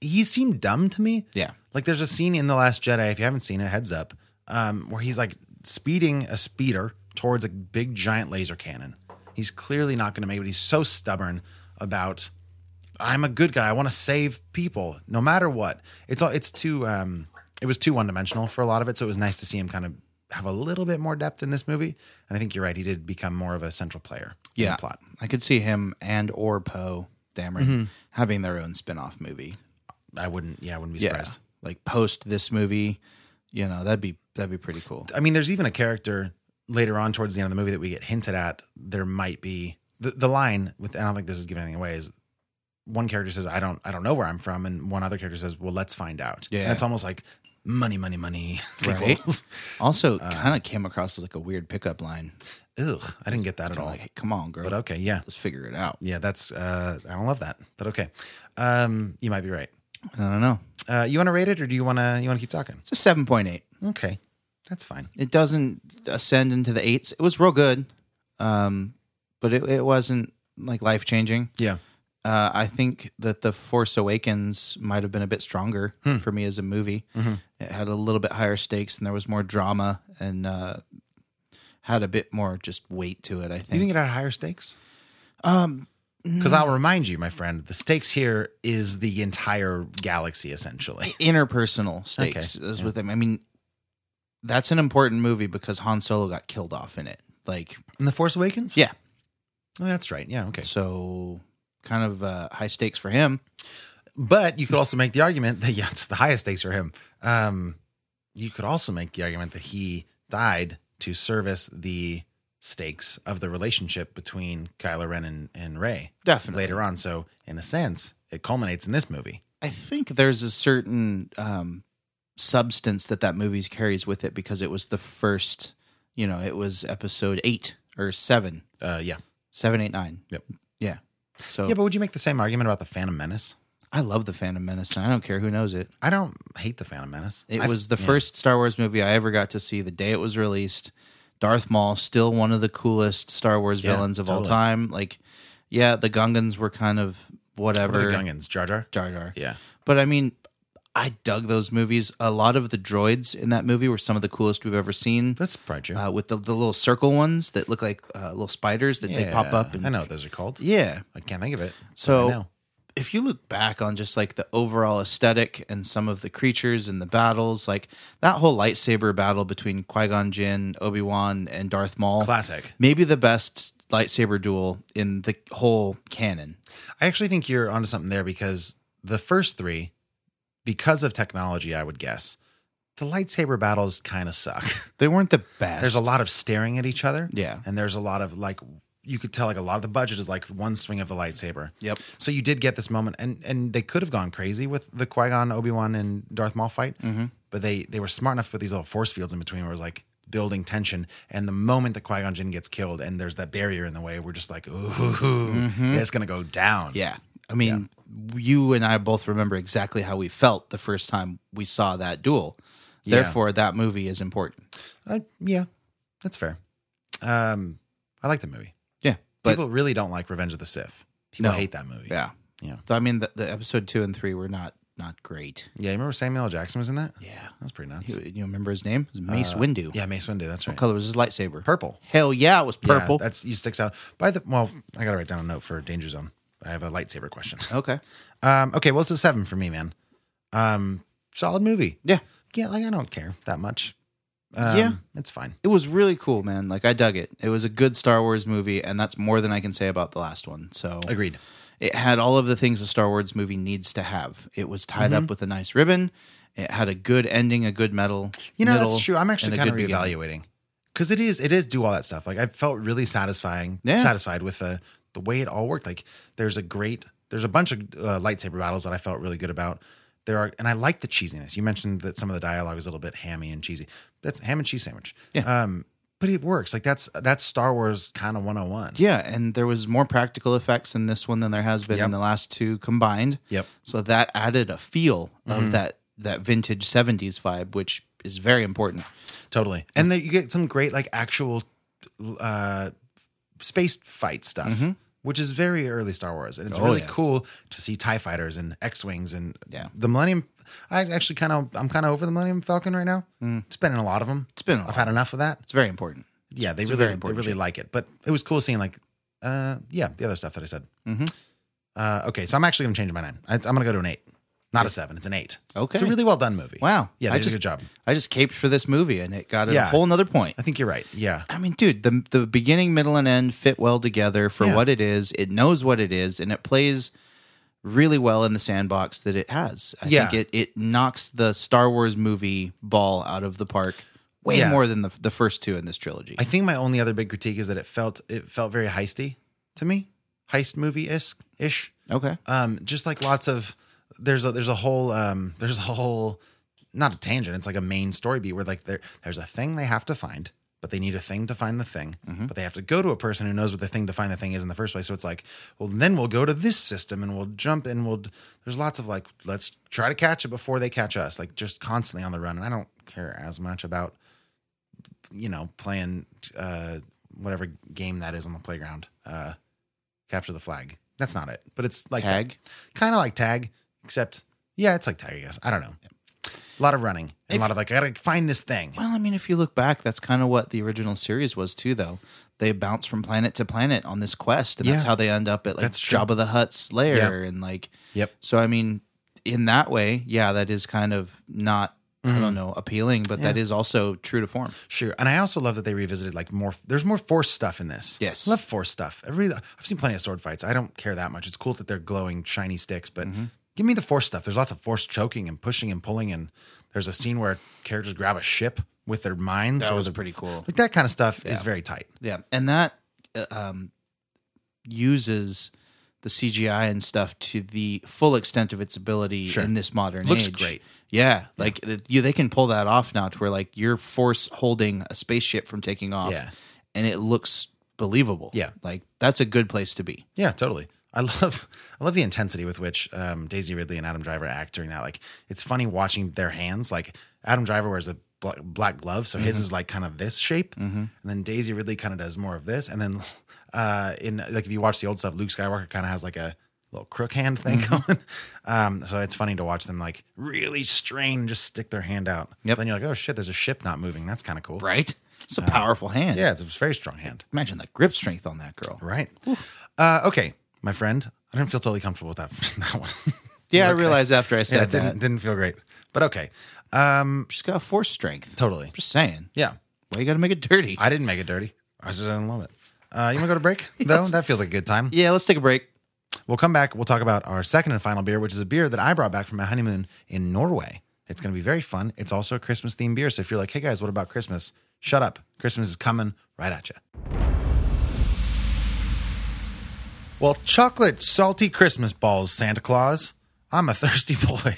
S5: he seemed dumb to me.
S6: Yeah.
S5: like there's a scene in the Last Jedi. If you haven't seen it, heads up, um, where he's like speeding a speeder towards a big giant laser cannon. He's clearly not going to make it. He's so stubborn about I'm a good guy. I want to save people no matter what. It's all it's too um it was too one dimensional for a lot of it, so it was nice to see him kind of have a little bit more depth in this movie. And I think you're right, he did become more of a central player in
S6: yeah,
S5: the plot.
S6: I could see him and or Poe Dameron having their own spin-off movie.
S5: I wouldn't yeah, I wouldn't be
S6: Yeah,
S5: surprised.
S6: like post this movie, you know, that'd be that'd be pretty cool.
S5: I mean, there's even a character later on towards the end of the movie that we get hinted at. There might be the, the line with, and I don't think this is giving anything away is one character says, I don't, I don't know where I'm from. And one other character says, well, let's find out.
S6: Yeah.
S5: And it's almost like money, money, money.
S6: Right.
S5: sequels.
S6: Also, kind of came across as like a weird pickup line.
S5: Ugh. I didn't get that at all.
S6: Like, hey, come on, girl,
S5: But okay. Yeah.
S6: let's figure it out.
S5: Yeah. That's, uh, I don't love that, but okay. Um, you might be right.
S6: I don't know.
S5: Uh, you want to rate it or do you want to, you want to keep talking?
S6: It's a seven point eight.
S5: Okay. That's fine.
S6: It doesn't ascend into the eights. It was real good, um, but it, it wasn't like life changing.
S5: Yeah.
S6: Uh, I think that the Force Awakens might have been a bit stronger
S5: Hmm.
S6: for me as a movie.
S5: Mm-hmm.
S6: It had a little bit higher stakes, and there was more drama, and uh, had a bit more just weight to it. I
S5: You
S6: think.
S5: think it had higher stakes?
S6: um,
S5: Because I'll remind you, my friend, the stakes here is the entire galaxy, essentially.
S6: interpersonal stakes is with them. I mean, that's an important movie because Han Solo got killed off in it. Like,
S5: In The Force Awakens?
S6: yeah,
S5: Oh, that's right. Yeah, okay.
S6: so kind of uh, high stakes for him.
S5: But you could also make the argument that, yeah, it's the highest stakes for him. Um, you could also make the argument that he died to service the stakes of the relationship between Kylo Ren and, and Rey
S6: Definitely.
S5: later on. So, in a sense, it culminates in this movie.
S6: I think there's a certain um, substance that that movie carries with it because it was the first, you know, it was episode eight or seven,
S5: Uh, yeah.
S6: seven, eight, nine.
S5: Yep.
S6: Yeah. So
S5: Yeah, but would you make the same argument about The Phantom Menace?
S6: I love the Phantom Menace, and I don't care who knows it.
S5: I don't hate The Phantom Menace.
S6: It
S5: I-
S6: was the
S5: yeah.
S6: first Star Wars movie I ever got to see the day it was released. Darth Maul, still one of the coolest Star Wars
S5: Yeah,
S6: villains of all
S5: totally.
S6: time. Like, yeah, the Gungans were kind of
S5: What are
S6: whatever.
S5: the Gungans? Jar Jar?
S6: Jar Jar.
S5: Yeah.
S6: But I mean, I dug those movies. A lot of the droids in that movie were some of the coolest we've ever seen.
S5: That's probably true.
S6: Uh, with the, the little circle ones that look like uh, little spiders that they pop
S5: Yeah.
S6: up. And,
S5: I know what those are called.
S6: Yeah.
S5: I can't think of it. but I
S6: So
S5: know.
S6: if you look back on just like the overall aesthetic and some of the creatures and the battles, like that whole lightsaber battle between Qui Gon Jinn, Obi Wan, and Darth Maul.
S5: Classic.
S6: Maybe the best lightsaber duel in the whole canon.
S5: I actually think you're onto something there because the first three, because of technology, I would guess, the lightsaber battles kind of suck.
S6: They weren't the best.
S5: there's a lot of staring at each other.
S6: Yeah.
S5: And there's a lot of like, you could tell like a lot of the budget is like one swing of the lightsaber.
S6: Yep.
S5: So you did get this moment, and and they could have gone crazy with the Qui Gon, Obi Wan, and Darth Maul fight,
S6: Mm-hmm.
S5: but they they were smart enough to put these little force fields in between, where it was like building tension. And the moment that Qui Gon Jinn gets killed, and there's that barrier in the way, we're just like, ooh, it's gonna go down.
S6: Mm-hmm. Yeah. I mean, you and I both remember exactly how we felt the first time we saw that duel.
S5: Yeah.
S6: Therefore, that movie is important.
S5: Uh, yeah, that's fair. Um, I like the movie.
S6: Yeah. But
S5: People really don't like Revenge of the Sith. People
S6: No.
S5: hate that movie.
S6: yeah.
S5: Yeah.
S6: I mean, the, the episode two and three were not not great.
S5: Yeah, you remember Samuel L. Jackson was in that?
S6: Yeah.
S5: That's pretty nuts.
S6: You, you remember his name? It was Mace Windu.
S5: Uh, yeah, Mace Windu. That's right.
S6: What color was his lightsaber?
S5: Purple.
S6: Hell yeah, it was
S5: Yeah,
S6: purple.
S5: that's you sticks out. By the well, I gotta write down a note for Danger Zone. I have a lightsaber question.
S6: okay.
S5: Um, okay, well it's a seven for me, man. Um, solid movie.
S6: Yeah.
S5: Yeah, like I don't care that much. Um,
S6: Yeah.
S5: it's fine.
S6: It was really cool, man. Like I dug it. It was a good Star Wars movie, and that's more than I can say about the last one. So
S5: Agreed.
S6: It had all of the things a Star Wars movie needs to have. It was tied
S5: Mm-hmm.
S6: up with a nice ribbon. It had a good ending, a good medal.
S5: You know
S6: middle,
S5: that's true. I'm actually
S6: and a
S5: kind of
S6: good beginning.
S5: reevaluating because it is it is do all that stuff. Like I felt really satisfying,
S6: Yeah.
S5: satisfied with the the way it all worked. Like there's a great there's a bunch of uh, lightsaber battles that I felt really good about. There are and I like the cheesiness. You mentioned that some of the dialogue is a little bit hammy and cheesy. That's ham and cheese sandwich.
S6: Yeah.
S5: Um, but it works. Like that's that's Star Wars oh kind of 101.
S6: Yeah, and there was more practical effects in this one than there has been
S5: Yep.
S6: in the last two combined.
S5: Yep. Mm-hmm.
S6: So that added a feel of that that vintage '70s vibe, which is very important.
S5: Totally. And then you get some great like actual uh space fight stuff. Which is very early Star Wars, and it's
S6: Mm-hmm. Oh,
S5: really
S6: yeah.
S5: cool to see Tie Fighters and X wings and
S6: Yeah.
S5: the Millennium. I actually kind of I'm kind of over the Millennium Falcon right now. It's been in a lot of them. It's
S6: Mm. been in a
S5: I've
S6: lot.
S5: had enough of that.
S6: It's very important.
S5: Yeah, they
S6: It's a
S5: really
S6: very
S5: they
S6: important
S5: really
S6: shape. Mm-hmm.
S5: like it, but it was cool seeing like uh yeah the other stuff that I said. Uh, okay, so I'm actually going to change my name. I, I'm going to go to an eight, not a seven. It's an eight.
S6: Okay.
S5: it's a really well done movie.
S6: Wow.
S5: yeah, they
S6: I
S5: did
S6: just
S5: a good job.
S6: I just caped for this movie and it got
S5: Yeah.
S6: a whole nother point.
S5: I think you're right. Yeah,
S6: I mean, dude, the the beginning, middle, and end fit well together for
S5: Yeah.
S6: what it is. It knows what it is, and it plays really well in the sandbox that it has. I
S5: Yeah.
S6: think it it knocks the Star Wars movie ball out of the park way
S5: Yeah.
S6: more than the the first two in this trilogy.
S5: I think my only other big critique is that it felt it felt very heisty to me, heist movie ish ish.
S6: okay,
S5: Um, just like lots of there's a there's a whole um there's a whole not a tangent. It's like a main story beat where like there there's a thing they have to find, but they need a thing to find the thing, but they have to go to a person who knows what the thing to find the thing is in the first place. So it's like, well, then we'll go to this system and we'll jump and we'll. d- There's lots of like let's try to catch it before they catch us. Like just constantly on the run, and I don't care as much about you know, playing uh, whatever game that is on the playground. Uh, capture the flag. That's not it, but it's like
S6: Tag?
S5: kind of like tag, except yeah, it's like tag. I guess I don't know. A lot of running and a lot of like I gotta find this thing.
S6: Well, I mean, if you look back, that's kind of what the original series was too, though. They bounce from planet to planet on this quest, and that's
S5: Yeah.
S6: how they end up at like
S5: That's true.
S6: Jabba the Hutt's lair, and like,
S5: Yep.
S6: So I mean, in that way, yeah, that is kind of not, I
S5: Mm-hmm.
S6: don't know, appealing, but that is also true to form.
S5: Sure, and I also love that they revisited like more. There's more force stuff in this.
S6: Yes.
S5: I love force stuff. Every I've seen plenty of sword fights. I don't care that much. It's cool that they're glowing shiny sticks, but
S6: Mm-hmm.
S5: give me the force stuff. There's lots of force choking and pushing and pulling, and there's a scene where characters grab a ship with their minds.
S6: That
S5: or
S6: was
S5: the-
S6: pretty cool.
S5: Like that kind of stuff is very tight.
S6: Yeah, and that uh, um, uses the CGI and stuff to the full extent of its ability
S5: Sure.
S6: in this modern
S5: Looks
S6: age.
S5: great.
S6: Yeah, like th- you, they can pull that off now to where like you're force holding a spaceship from taking off,
S5: Yeah.
S6: and it looks believable.
S5: Yeah.
S6: like that's a good place to be.
S5: Yeah, totally. I love I love the intensity with which um, Daisy Ridley and Adam Driver act during that. Like it's funny watching their hands. Like Adam Driver wears a bla- black glove, so
S6: Mm-hmm.
S5: his is like kind of this shape, and then Daisy Ridley kind of does more of this, and then uh, in like if you watch the old stuff, Luke Skywalker kind of has like a little crook hand thing
S6: Mm-hmm.
S5: going. Um, so it's funny to watch them like really strain, and just stick their hand out.
S6: Yep.
S5: Then you're like, oh shit, there's a ship not moving. That's kind of cool.
S6: Right? It's a powerful hand.
S5: Uh, Yeah, it's a very strong hand.
S6: Imagine the grip strength on that girl.
S5: Right. Uh, okay, my friend. I didn't feel totally comfortable with that that one.
S6: Yeah, I realized after I
S5: yeah,
S6: said
S5: it didn't
S6: that.
S5: didn't feel great. But okay,
S6: She's got force strength.
S5: totally.
S6: Just saying.
S5: Yeah,
S6: Why you got to make it dirty?
S5: I didn't make it dirty. I just didn't love it. Uh, you want to go to break though? That feels like a good time.
S6: yeah, let's take a break.
S5: We'll come back. We'll talk about our second and final beer, which is a beer that I brought back from my honeymoon in Norway. It's going to be very fun. It's also a Christmas themed beer. So if you're like, hey guys, what about Christmas? Shut up. Christmas is coming right at you. Well, chocolate salty Christmas balls, Santa Claus. I'm a thirsty boy.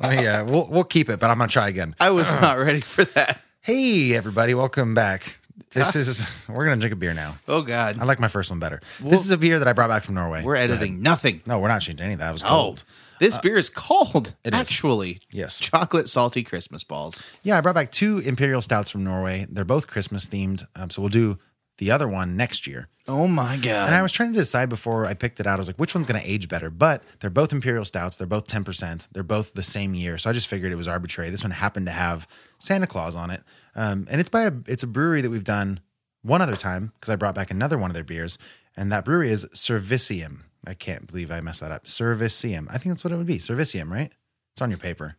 S5: Let me, uh, we'll, we'll keep it, but I'm going to try again.
S6: I was not ready for that.
S5: Hey, everybody, welcome back. This is, we're going to drink a beer now.
S6: Oh God,
S5: I like my first one better. this is a beer that I brought back from Norway.
S6: we're
S5: Go ahead.
S6: editing Oh. nothing.
S5: No, we're not changing any of that. It was
S6: Cold.
S5: cold.
S6: This beer is cold.
S5: it is.
S6: actually.
S5: Yes.
S6: Chocolate salty Christmas balls.
S5: Yeah, I brought back two imperial stouts from Norway. They're both Christmas themed, um, so we'll do the other one next year.
S6: Oh my God.
S5: And I was trying to decide before I picked it out. I was like, which one's going to age better? But they're both imperial stouts. They're both ten percent. They're both the same year, so I just figured it was arbitrary. This one happened to have Santa Claus on it, um, and it's by a, it's a brewery that we've done one other time because I brought back another one of their beers, and that brewery is Servicium. I can't believe I messed that up. Servicium. I think that's what it would be. Servicium, right? It's on your paper.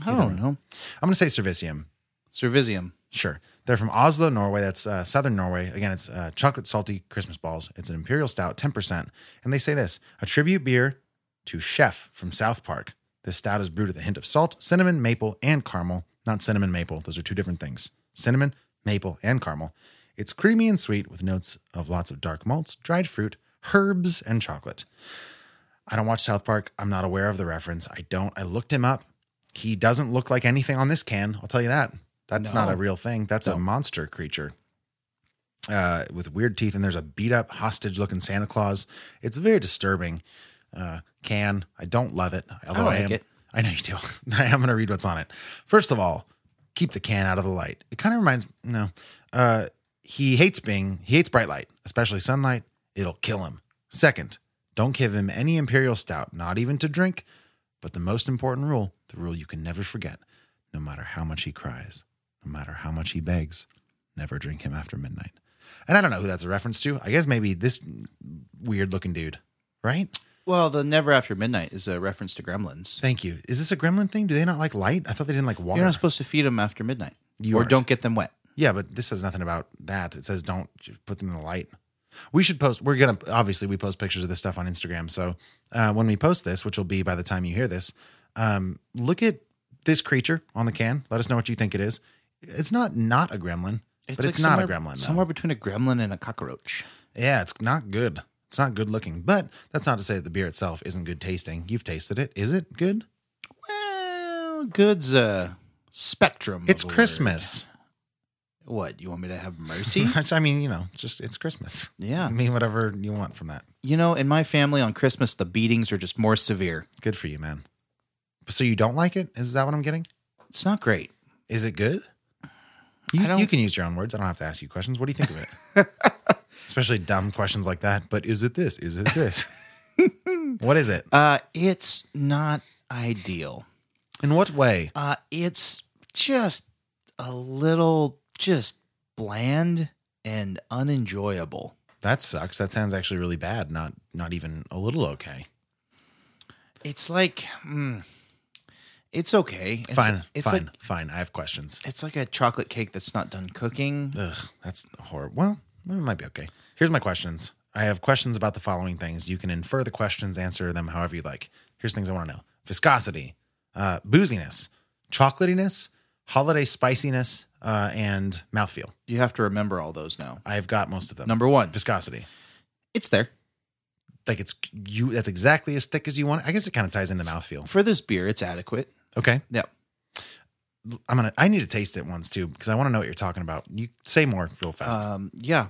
S6: I don't know.
S5: I'm going to say Servicium.
S6: Cervisium.
S5: Sure. They're from Oslo, Norway. That's uh, southern Norway. Again, it's uh, chocolate salty Christmas balls. It's an imperial stout, 10%. And they say this a tribute beer to Chef from South Park. This stout is brewed with a hint of salt, cinnamon, maple, and caramel. Not cinnamon, maple. Those are two different things. Cinnamon, maple, and caramel. It's creamy and sweet with notes of lots of dark malts, dried fruit, herbs, and chocolate. I don't watch South Park. I'm not aware of the reference. I don't. I looked him up. He doesn't look like anything on this can. I'll tell you that. That's not a real thing. That's a monster creature uh, with weird teeth, and there's a beat up hostage looking Santa Claus. It's very disturbing. Uh, can I don't love it. Although I,
S6: like
S5: am,
S6: it.
S5: I know you do. I am going to read what's on it. First of all, keep the can out of the light. It kind of reminds no. Uh, he hates being he hates bright light, especially sunlight. It'll kill him. Second, don't give him any imperial stout, not even to drink. But the most important rule, the rule you can never forget, no matter how much he cries, no matter how much he begs, never drink him after midnight. And I don't know who that's a reference to. I guess maybe this weird looking dude, right?
S6: Well, the Never After Midnight is a reference to Gremlins.
S5: Thank you. Is this a gremlin thing? Do they not like light? I thought they didn't like water.
S6: You're not supposed to feed them after midnight,
S5: You
S6: or
S5: aren't.
S6: don't get them wet.
S5: yeah, but this says nothing about that. It says don't put them in the light. We should post. We're gonna obviously we post pictures of this stuff on Instagram. So uh, when we post this, which will be by the time you hear this, um, look at this creature on the can. Let us know what you think it is. It's not not a gremlin, but
S6: like
S5: it's not a
S6: somewhere-
S5: gremlin. though.
S6: Somewhere between a gremlin and a cockroach.
S5: Yeah, it's not good. It's not good looking. But that's not to say that the beer itself isn't good tasting. You've tasted it. Is it good?
S6: Well, good's a spectrum. of
S5: It's
S6: a word.
S5: Christmas.
S6: What you want me to have mercy?
S5: Which, I mean, you know, just it's Christmas.
S6: Yeah.
S5: I mean, whatever you want from that.
S6: you know, in my family on Christmas, the beatings are just more severe.
S5: Good for you, man. So you don't like it? Is that what I'm getting?
S6: It's not great.
S5: Is it good? You,
S6: don't-
S5: you can use your own words. I don't have to ask you questions. What do you think of it? Especially dumb questions like that. But is it this? Is it this? what is it?
S6: Uh, it's not ideal.
S5: In what way?
S6: Uh, it's just a little just bland and unenjoyable.
S5: That sucks. That sounds actually really bad. Not not even a little okay.
S6: It's like, mm, it's okay. It's,
S5: fine,
S6: It's
S5: fine,
S6: like
S5: fine. I have questions.
S6: it's like a chocolate cake that's not done cooking.
S5: Ugh, that's horrible. Well, it might be okay. Here's my questions. I have questions about the following things. You can infer the questions, answer them however you like. Here's things I want to know: viscosity, uh, booziness, chocolatiness, holiday spiciness, uh, and mouthfeel.
S6: You have to remember all those now.
S5: I've got most of them.
S6: Number one,
S5: viscosity,
S6: it's there
S5: like it's you. That's exactly as thick as you want. I guess it kind of ties into mouthfeel.
S6: for this beer. It's adequate.
S5: Okay,
S6: Yep.
S5: I'm gonna. I need to taste it once too because I want to know what you're talking about. You say more real fast.
S6: Um, yeah,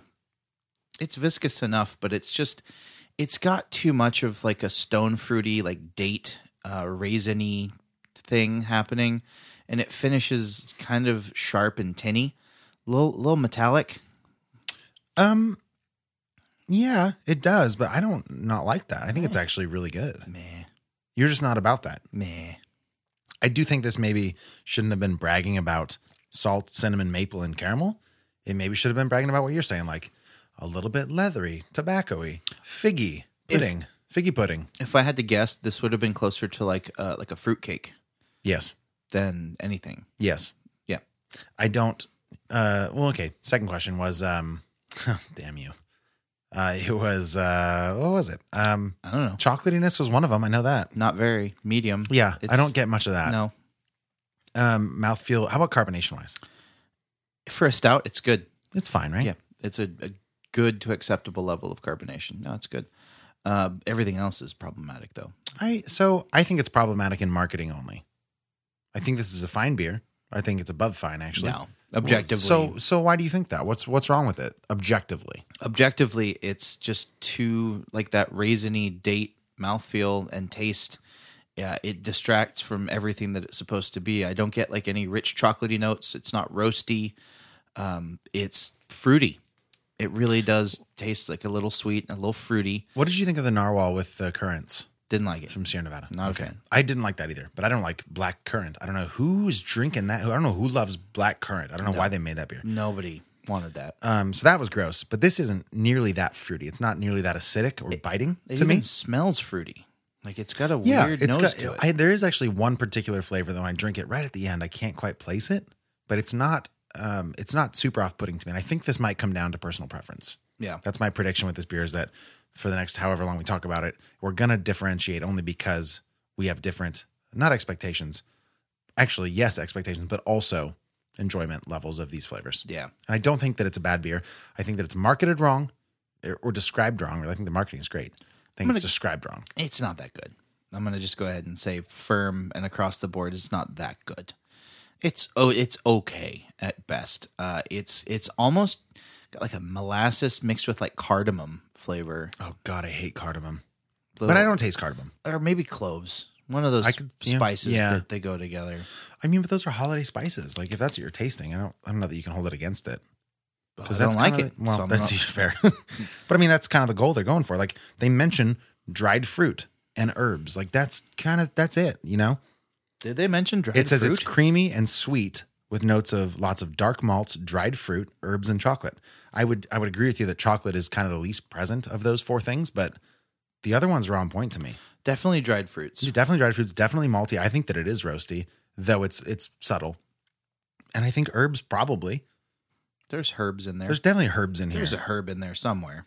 S6: it's viscous enough, but it's just it's got too much of like a stone fruity, like date uh, raisiny thing happening, and it finishes kind of sharp and tinny, little little metallic.
S5: Um, yeah, it does, but I don't not like that. I think it's actually really good.
S6: Meh,
S5: You're just not about that.
S6: meh.
S5: I do think this maybe shouldn't have been bragging about salt, cinnamon, maple, and caramel. It maybe should have been bragging about what you're saying, like a little bit leathery, tobacco-y, figgy
S6: If-
S5: pudding, figgy pudding.
S6: If I had to guess, this would have been closer to like uh, like a fruitcake
S5: Yes,
S6: than anything.
S5: yes,
S6: Yeah.
S5: I don't. Uh, well, okay. Second question was, um, damn you. Uh, it was uh, what was it? Um,
S6: I don't know.
S5: chocolatiness was one of them. I know that.
S6: Not very medium.
S5: Yeah, I
S6: It's-
S5: don't get much of that.
S6: No,
S5: Um, mouthfeel. How about carbonation wise?
S6: for a stout, it's good.
S5: It's fine, right?
S6: Yeah, it's a, a good to acceptable level of carbonation. No, it's good. Uh, everything else is problematic, though.
S5: I so I think it's problematic in marketing only. I think this is a fine beer. I think it's above fine actually.
S6: No, objectively.
S5: So so why do you think that? What's what's wrong with it objectively?
S6: objectively, it's just too like that raisiny date mouthfeel and taste. Yeah, it distracts from everything that it's supposed to be. I don't get like any rich chocolatey notes. It's not roasty. Um, it's fruity. It really does taste like a little sweet and a little fruity.
S5: What did you think of the narwhal with the currants
S6: Didn't like it.
S5: from Sierra Nevada?
S6: Not a fan.
S5: I didn't like that either, but I don't like black currant. I don't know who's drinking that. I don't know who loves black currant. I don't know why they made that beer.
S6: Nobody wanted that.
S5: Um, so that was gross, but this isn't nearly that fruity. It's not nearly that acidic or biting
S6: It
S5: to
S6: even
S5: me.
S6: smells fruity. Like it's got a
S5: Yeah,
S6: weird
S5: it's
S6: nose
S5: got.
S6: to it.
S5: I, there is actually one particular flavor though. I drink it right at the end. I can't quite place it, but it's not. Um, it's not super off-putting to me. And I think this might come down to personal preference.
S6: yeah.
S5: That's my prediction with this beer is that for the next however long we talk about it, we're gonna differentiate only because we have different not expectations, actually yes expectations, but also enjoyment levels of these flavors.
S6: Yeah.
S5: And I don't think that it's a bad beer. I think that it's marketed wrong or- or described wrong. I think the marketing is great. I think
S6: gonna-
S5: it's described wrong.
S6: It's not that good. I'm gonna just go ahead and say firm and across the board it's not that good. It's oh it's okay at best. Uh it's it's almost got like a molasses mixed with like cardamom flavor.
S5: Oh God, I hate cardamom. But
S6: Little-
S5: I don't taste cardamom.
S6: or maybe cloves. One of those
S5: I could- yeah,
S6: spices
S5: yeah.
S6: that they go together.
S5: I mean, but those are holiday spices. Like if that's what you're tasting, I don't. I don't know that you can hold it against it
S6: But
S5: because
S6: I
S5: that's
S6: don't like
S5: kinda-
S6: it.
S5: Well,
S6: so I'm
S5: that's
S6: not-
S5: fair. but I mean, that's kind of the goal they're going for. Like they mention dried fruit and herbs. Like that's kind of that's it. You know,
S6: did they mention dried
S5: it says
S6: fruit?
S5: it's creamy and sweet with notes of lots of dark malts, dried fruit, herbs, and chocolate. I would I would agree with you that chocolate is kind of the least present of those four things, but the other ones are on point to me.
S6: Definitely dried fruits.
S5: Definitely dried fruits, definitely malty. I think that it is roasty, though it's it's subtle. And I think herbs probably.
S6: There's herbs in there.
S5: There's definitely herbs in here.
S6: There's a herb in there somewhere.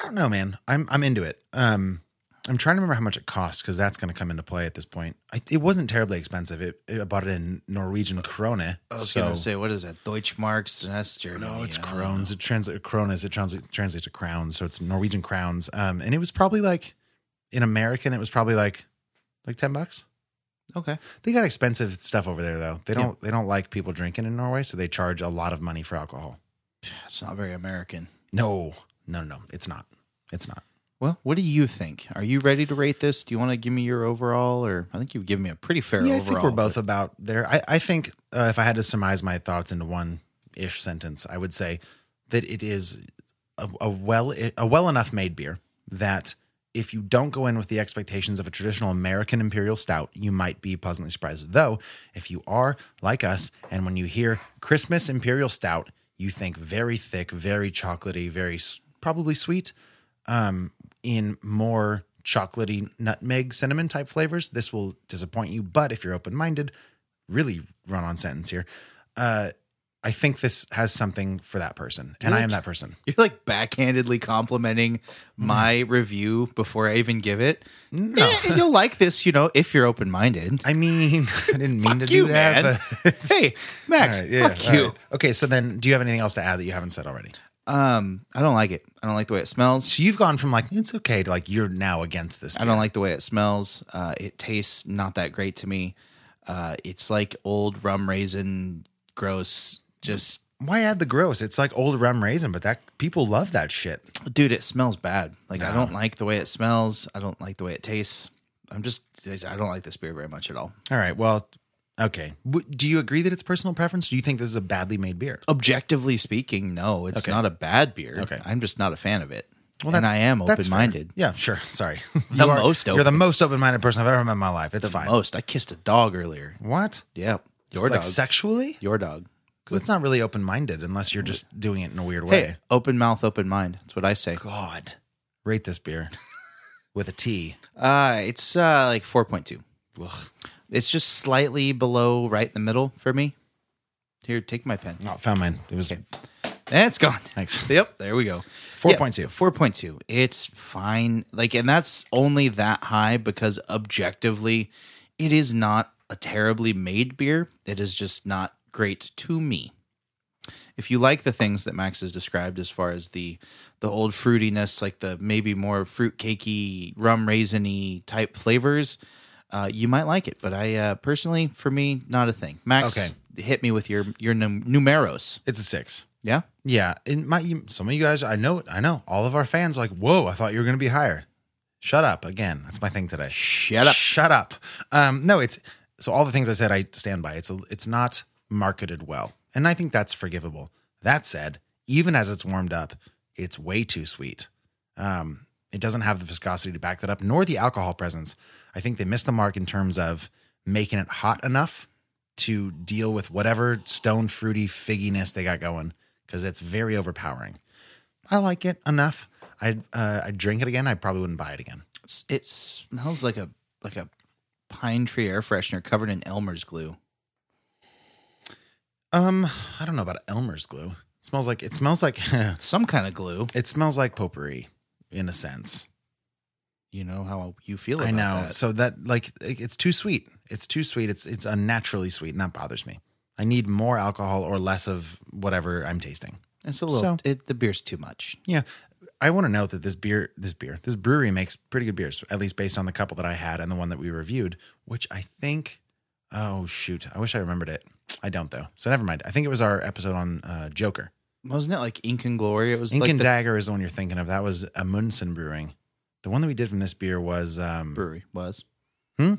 S5: I don't know, man. I'm I'm into it. Um, I'm trying to remember how much it cost because that's going to come into play at this point. I, it wasn't terribly expensive. It, it I bought it in Norwegian krone.
S6: I was
S5: so
S6: gonna say, what is that? Deutschmarks? That's Germany.
S5: no, it's
S6: I don't know.
S5: krones. It translates kronas. It translates translates to crowns. So it's Norwegian crowns. Um, and it was probably like in American, it was probably like like ten bucks.
S6: Okay.
S5: They got expensive stuff over there though. They don't they don't like people drinking in Norway, so they charge a lot of money for alcohol.
S6: It's not very American.
S5: No, no, no, it's not. It's not.
S6: Well, what do you think? Are you ready to rate this? Do you want to give me your overall, or I think you've given me a pretty fair
S5: Yeah, I
S6: overall.
S5: think we're both about there. I, I think uh, if I had to surmise my thoughts into one ish sentence, I would say that it is a, a well a well enough made beer that if you don't go in with the expectations of a traditional American imperial stout, you might be pleasantly surprised. Though, if you are like us, and when you hear Christmas imperial stout, you think very thick, very chocolatey, very s- probably sweet um, in more chocolatey nutmeg cinnamon type flavors. This will disappoint you, but if you're open minded, really run on sentence here. Uh, I think this has something for that person, and I am that person.
S6: You're like backhandedly complimenting my review before I even give it. No, you'll like this, you know, if you're open minded.
S5: I mean, I didn't mean to
S6: you,
S5: do that.
S6: man.
S5: but-
S6: Hey, Max,
S5: All right, yeah,
S6: fuck
S5: all
S6: you.
S5: right. Okay, so then, do you have anything else to add that you haven't said already?
S6: Um, I don't like it. I don't like the way it smells.
S5: So you've gone from like it's okay to like you're now against this.
S6: I don't like the way it smells. Uh, it tastes not that great to me. Uh, it's like old rum raisin, gross. Just
S5: Why add the gross? It's like old rum raisin, but that people love that shit.
S6: dude, it smells bad. Like I don't like the way it smells. I don't like the way it tastes. I'm just I don't like this beer very much at all.
S5: All right. Well, okay. W- Do you agree that it's personal preference? Do you think this is a badly made beer?
S6: Objectively speaking, no, it's not a bad beer.
S5: Okay.
S6: I'm just not a fan of it. Well,
S5: Well,
S6: and
S5: that's-
S6: I am
S5: that's
S6: open minded.
S5: Yeah, sure. Sorry.
S6: The
S5: You
S6: most
S5: You're the most open minded person I've ever met in my life. It's fine.
S6: Most I kissed a dog earlier.
S5: What?
S6: Yeah, your
S5: Like
S6: dog.
S5: sexually?
S6: your dog.
S5: Because it's not really open minded unless you're just doing it in a weird way.
S6: Hey, open mouth, open mind. That's what I say.
S5: God. Rate this beer with a T.
S6: Uh, it's uh, like 4.2. It's just slightly below right in the middle for me. Here, take my pen.
S5: Not found mine. It was
S6: Eh, It's gone.
S5: Thanks.
S6: Yep, there we go.
S5: 4.2.
S6: 4.2. It's fine. Like, and that's only that high because objectively, it is not a terribly made beer. It is just not great to me. If you like the things that Max has described as far as the the old fruitiness, like the maybe more fruit cakey, rum raisiny type flavors, uh, you might like it. But I uh, personally, for me, not a thing. Max,
S5: Okay.
S6: hit me with your your num- numeros.
S5: It's a six.
S6: Yeah.
S5: Yeah, in my you- some of you guys, I know, I know, all of our fans are like, whoa, I thought you were going to be higher. Shut up again. That's my thing today. Shut
S6: up.
S5: Shut up. Um, no, it's so all the things I said, I stand by. It's a, it's not marketed well, and I think that's forgivable. That said, even as it's warmed up, it's way too sweet. Um, it doesn't have the viscosity to back that up, nor the alcohol presence. I think they missed the mark in terms of making it hot enough to deal with whatever stone fruity figginess they got going because it's very overpowering. I like it enough. I'd uh, I'd drink it again. I probably wouldn't buy it again.
S6: s- it smells like a like a pine tree air freshener covered in Elmer's glue.
S5: Um, I don't know about Elmer's glue. It smells like it smells like
S6: Some kind of glue.
S5: it smells like potpourri in a sense.
S6: You know how you feel. About
S5: I know.
S6: That.
S5: So that like it- it's too sweet. It's too sweet. It's it's unnaturally sweet, and that bothers me. I need more alcohol or less of whatever I'm tasting.
S6: It's a little.
S5: so-
S6: it, the beer's too much.
S5: Yeah. I want to note that this beer, this beer, this brewery makes pretty good beers, at least based on the couple that I had and the one that we reviewed, which I think, oh shoot, I wish I remembered it. I don't though. So never mind. I think it was our episode on uh, Joker.
S6: Wasn't it like Ink and Glory? It was
S5: Ink
S6: like
S5: and
S6: the
S5: Dagger is the one you're thinking of. That was Amundsen Brewing. The one that we did from this beer was, um,
S6: brewery was.
S5: Hmm?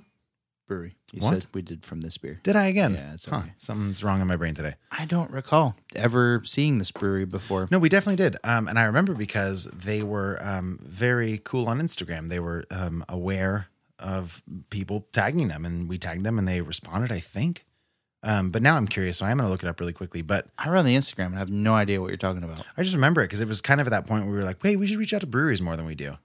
S6: Brewery. You
S5: What?
S6: said we did from this beer.
S5: did I again?
S6: Yeah, it's okay.
S5: something's wrong in my brain today.
S6: I don't recall ever seeing this brewery before.
S5: No, we definitely did. Um, and I remember because they were um, very cool on Instagram. They were um, aware of people tagging them, and we tagged them, and they responded. I think Um, but now I'm curious, so I'm going to look it up really quickly. But
S6: I run the Instagram and I have no idea what you're talking about.
S5: I just remember it because it was kind of at that point where we were like, wait, we should reach out to breweries more than we do.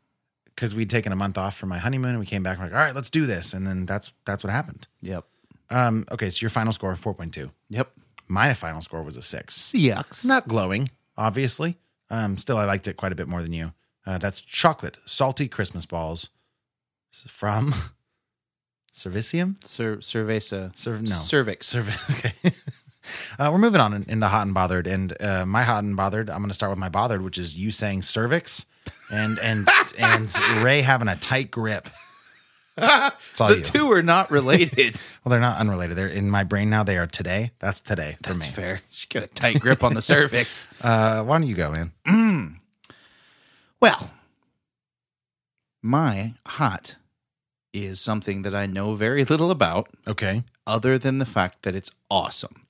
S5: Because we'd taken a month off from my honeymoon and we came back and we're like, all right, let's do this. And then that's that's what happened.
S6: Yep.
S5: Um, okay, so your final score, 4.2.
S6: Yep.
S5: My final score was a six.
S6: Yucks.
S5: Not glowing, obviously. Um, still, I liked it quite a bit more than you. Uh, that's chocolate, salty Christmas balls from Servicium?
S6: Cer- cerveza.
S5: Cerv- no.
S6: Cervix.
S5: Survey. Okay. Uh, we're moving on in- into hot and bothered, and uh, my hot and bothered. I'm going to start with my bothered, which is you saying cervix, and and and Ray having a tight grip. It's all
S6: the
S5: you.
S6: two are not related.
S5: Well, they're not unrelated. They're in my brain now. They are today. That's today for
S6: That's
S5: me.
S6: fair. She got a tight grip on the cervix.
S5: Uh, why don't you go, man?
S6: Well, my hot is something that I know very little about,
S5: Okay.
S6: other than the fact that it's awesome.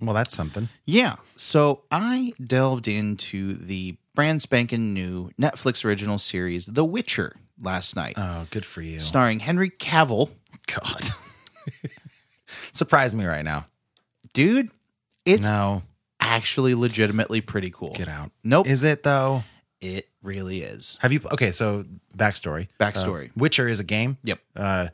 S5: Well, that's something.
S6: Yeah. So I delved into the brand spanking new Netflix original series, The Witcher, last night,
S5: Oh, good for you.
S6: starring Henry Cavill.
S5: God. Surprise me right now.
S6: Dude, it's
S5: no,
S6: actually legitimately pretty cool.
S5: get out.
S6: Nope.
S5: Is it though?
S6: it really is.
S5: Have you? Okay, so backstory.
S6: Backstory.
S5: Uh, Witcher is a game.
S6: Yep.
S5: Uh,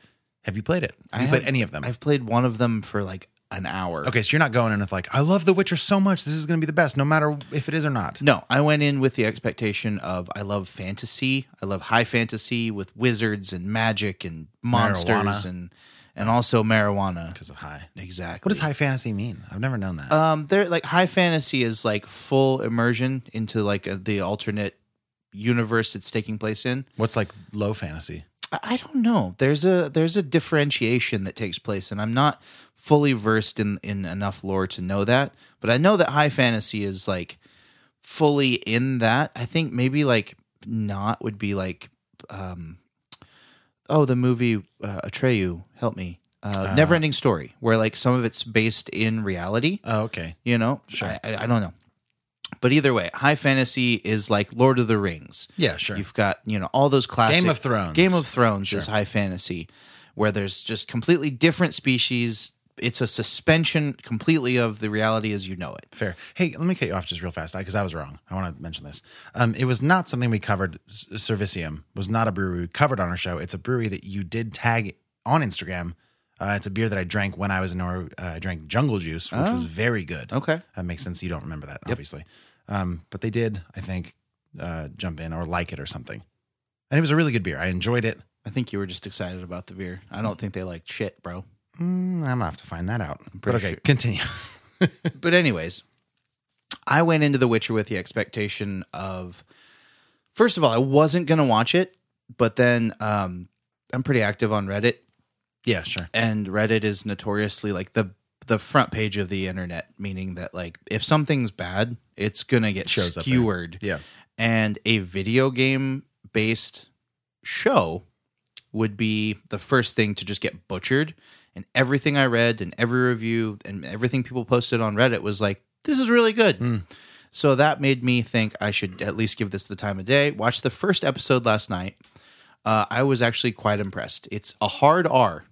S5: have you played it? Have you
S6: I
S5: played
S6: have-
S5: any of them?
S6: I've played one of them for like an hour.
S5: Okay, so you're not going in with like, I love The Witcher so much. This is going to be the best, no matter if it is or not.
S6: No, I went in with the expectation of I love fantasy. I love high fantasy with wizards and magic and monsters
S5: Marijuana.
S6: and and also marijuana.
S5: Because of high.
S6: Exactly.
S5: What does high fantasy mean? I've never known that.
S6: Um, they're like high fantasy is like full immersion into like a, the alternate universe it's taking place in.
S5: What's like low fantasy?
S6: I, I don't know. There's a there's a differentiation that takes place, and I'm not fully versed in in enough lore to know that. But I know that high fantasy is like fully in that. I think maybe like not would be like um oh the movie uh, Atreyu help me uh, Never Ending Story where like some of it's based in reality
S5: Oh, okay.
S6: you know sure I, I, I don't know but either way high fantasy is like lord of the rings
S5: Yeah, sure.
S6: you've got you know all those classic
S5: Game of Thrones.
S6: game of thrones is high fantasy where there's just completely different species it's a suspension completely of the reality as you know it
S5: Fair. Hey, let me cut you off just real fast because I was wrong. I want to mention this. Um, it was not something we covered. S- Servicium was not a brewery we covered on our show. It's a brewery that you did tag on Instagram. Uh, it's a beer that I drank when I was in Norway. Uh, I drank Jungle Juice, which was very good.
S6: Okay.
S5: that makes sense. You don't remember that, obviously. Um, but they did, I think, uh, jump in or like it or something. And it was a really good beer. I enjoyed it.
S6: i think you were just excited about the beer i don't think they liked shit bro
S5: Mm, I'm gonna have to find that out. But
S6: pretty
S5: okay,
S6: sure.
S5: continue.
S6: but anyways, I went into The Witcher with the expectation of, first of all, I wasn't gonna watch it, but then um, I'm pretty active on Reddit,
S5: yeah, sure.
S6: and Reddit is notoriously like the the front page of the internet, meaning that like if something's bad, it's gonna get
S5: Shows up there.
S6: skewered
S5: Yeah.
S6: and a video game based show would be the first thing to just get butchered. And everything I read and every review and everything people posted on Reddit was like, this is really good.
S5: Hmm.
S6: So that made me think I should at least give this the time of day. Watched the first episode last night. Uh, I was actually quite impressed. It's a hard R,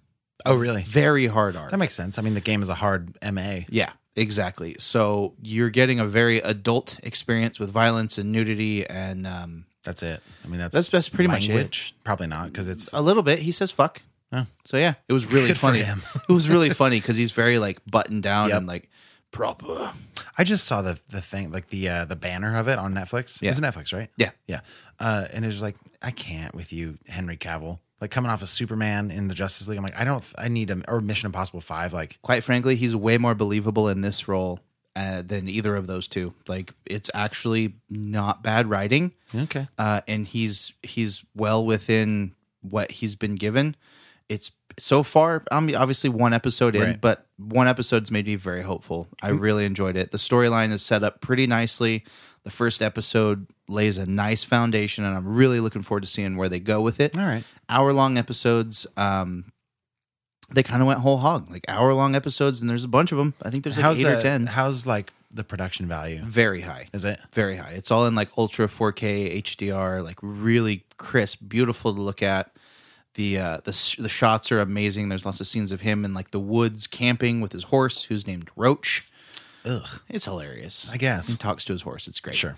S5: Oh, really?
S6: very hard R.
S5: That makes sense. I mean, the game is a hard MA.
S6: Yeah, exactly. So you're getting a very adult experience with violence and nudity and um,
S5: That's it. I mean, that's
S6: That's- that's pretty much it.
S5: language. Probably not because it's
S6: a little bit. He says fuck.
S5: Yeah.
S6: So yeah, it was really
S5: Good for
S6: funny.
S5: him.
S6: it was really funny because he's very like buttoned down
S5: Yep.
S6: and like proper.
S5: I just saw the the thing like the uh, the banner of it on Netflix.
S6: Yeah.
S5: It's Netflix, right?
S6: Yeah.
S5: yeah. Uh, and it was like I can't with you, Henry Cavill. Like coming off of Superman in the Justice League, I'm like I don't. I need a or Mission Impossible Five. Like
S6: Quite frankly, he's way more believable in this role uh, than either of those two. Like it's actually not bad writing,
S5: okay,
S6: uh, and he's he's well within what he's been given. It's so far. I'm obviously one episode in,
S5: Right. Mm-hmm.
S6: but one episode's made me very hopeful. I really enjoyed it. The storyline is set up pretty nicely. The first episode lays a nice foundation, and I'm really looking forward to seeing where they go with it.
S5: all right.
S6: Hour long episodes. Um, they kind of went whole hog, like hour long episodes, and there's a bunch of them. I think there's like
S5: how's
S6: eight
S5: uh,
S6: or ten.
S5: How's like the production value?
S6: Very high
S5: Is it?
S6: very high. It's all in like ultra 4K HDR, like really crisp, beautiful to look at. The uh, the s- the shots are amazing. There's lots of scenes of him in like the woods camping with his horse, who's named Roach.
S5: Ugh.
S6: It's hilarious.
S5: I guess.
S6: he talks to his horse. It's great.
S5: Sure.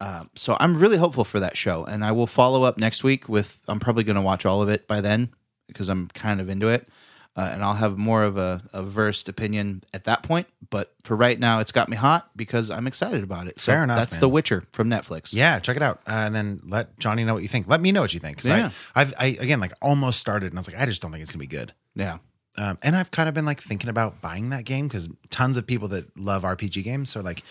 S6: Um, so I'm really hopeful for that show, and I will follow up next week with. I'm probably going to watch all of it by then because I'm kind of into it, uh, and I'll have more of a, a versed opinion at that point. But for right now, it's got me hot because I'm excited about it. So
S5: Fair enough,
S6: That's
S5: man.
S6: The Witcher from Netflix.
S5: Yeah, check it out, uh, and then let Johnny know what you think. Let me know what you think because
S6: Yeah.
S5: I, I've, I again like almost started, and I was like, I just don't think it's gonna be good.
S6: yeah.
S5: Um, and I've kind of been like thinking about buying that game because tons of people that love RPG games are like,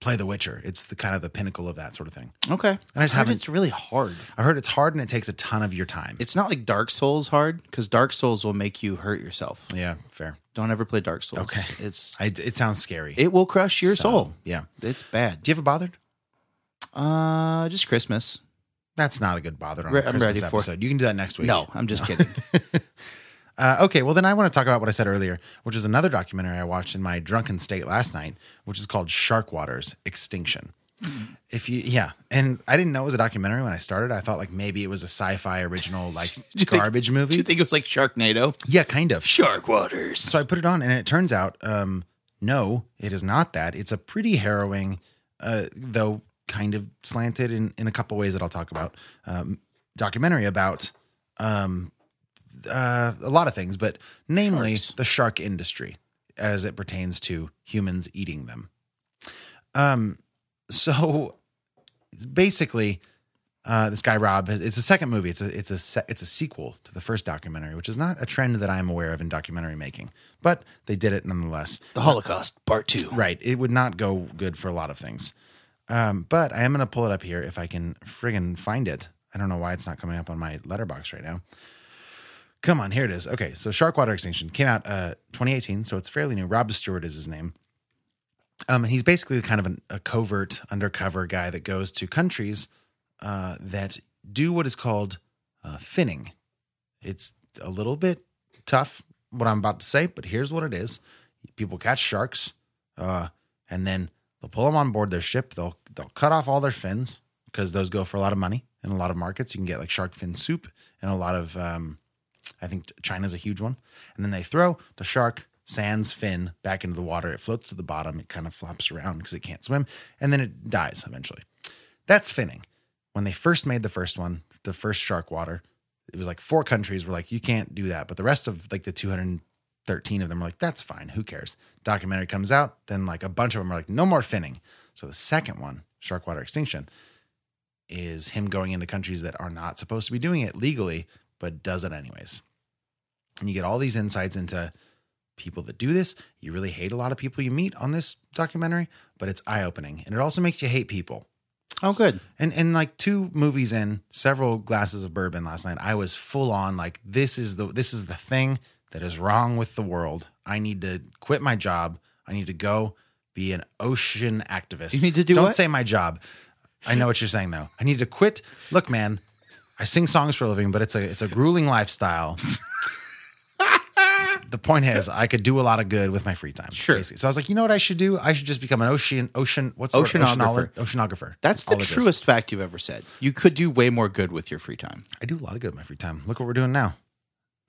S5: play The Witcher. It's the kind of the pinnacle of that sort of thing.
S6: Okay.
S5: I just
S6: Heard
S5: haven't-
S6: It's really hard.
S5: I heard it's hard and it takes a ton of your time.
S6: It's not like Dark Souls hard because Dark Souls will make you hurt yourself.
S5: yeah, fair.
S6: Don't ever play Dark Souls.
S5: Okay.
S6: It's
S5: I, it sounds scary.
S6: it will crush your
S5: So,
S6: soul.
S5: Yeah.
S6: It's bad.
S5: Do you ever bothered?
S6: Uh, just Christmas.
S5: That's not a good bother on a
S6: Re- I'm
S5: Christmas
S6: ready for it.
S5: episode. You can do that next week.
S6: No, I'm just kidding.
S5: Uh, okay, well then I want to talk about what I said earlier, which is another documentary I watched in my drunken state last night, which is called Shark Waters Extinction. If you yeah, and I didn't know it was a documentary when I started. I thought like maybe it was a sci-fi original like garbage movie.
S6: Do you think it was like Sharknado?
S5: yeah, kind of.
S6: Shark Waters.
S5: So I put it on, and it turns out, um, no, it is not that. It's a pretty harrowing, uh, though kind of slanted in, in a couple ways that I'll talk about, um, documentary about um, uh, a lot of things, but namely
S6: Sharks.
S5: the shark industry as it pertains to humans eating them. Um, so basically, uh, this guy Rob. has- It's the second movie. It's a it's a se- it's a sequel to the first documentary, which is not a trend that I'm aware of in documentary making, but they did it nonetheless.
S6: The Holocaust, part two.
S5: Right. It would not go good for a lot of things. Um, but I am going to pull it up here if I can friggin' find it. I don't know why it's not coming up on my letterbox right now. Come on, here it is. Okay, so Sharkwater Extinction came out uh, 2018, so it's fairly new. Rob Stewart is his name. Um, and he's basically kind of an, a covert, undercover guy that goes to countries uh, that do what is called uh, finning. It's a little bit tough what I'm about to say, but here's what it is: people catch sharks, uh, and then they'll pull them on board their ship. They'll they'll cut off all their fins because those go for a lot of money in a lot of markets. You can get like shark fin soup and a lot of um, I think China's a huge one. And then they throw the shark sans fin back into the water. It floats to the bottom. It kind of flops around because it can't swim, and then it dies eventually. That's finning. When they first made the first one, the first shark water, it was like four countries were like, you can't do that. But the rest of like the 213 of them were like, that's fine. Who cares? Documentary comes out. Then like a bunch of them are like, no more finning. So the second one, shark water extinction, is him going into countries that are not supposed to be doing it legally, but does it anyways. And you get all these insights into people that do this. You really hate a lot of people you meet on this documentary, but it's eye opening. And it also makes you hate people.
S6: Oh, good.
S5: And and like two movies in, several glasses of bourbon last night, I was full on like this is the this is the thing that is wrong with the world. I need to quit my job. I need to go be an ocean activist.
S6: You need to do
S5: Don't
S6: what?
S5: say my job. I know what you're saying though. I need to quit. Look, man, I sing songs for a living, but it's a it's a grueling lifestyle. the point is, I could do a lot of good with my free time.
S6: Sure.
S5: So I was like, you know what I should do? I should just become an ocean ocean what's the word?
S6: Oceanographer.
S5: Oceanolo- oceanographer.
S6: That's the
S5: Ologist.
S6: truest fact you've ever said. You could do way more good with your free time.
S5: I do a lot of good in my free time. Look what we're doing now.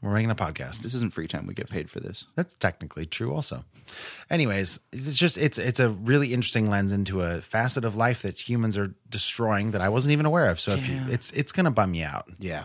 S5: We're making a podcast.
S6: This isn't free time. We get paid for this.
S5: That's technically true also. Anyways, it's just it's it's a really interesting lens into a facet of life that humans are destroying that I wasn't even aware of. So if you,
S6: Yeah.
S5: it's it's going to bum you out.
S6: Yeah.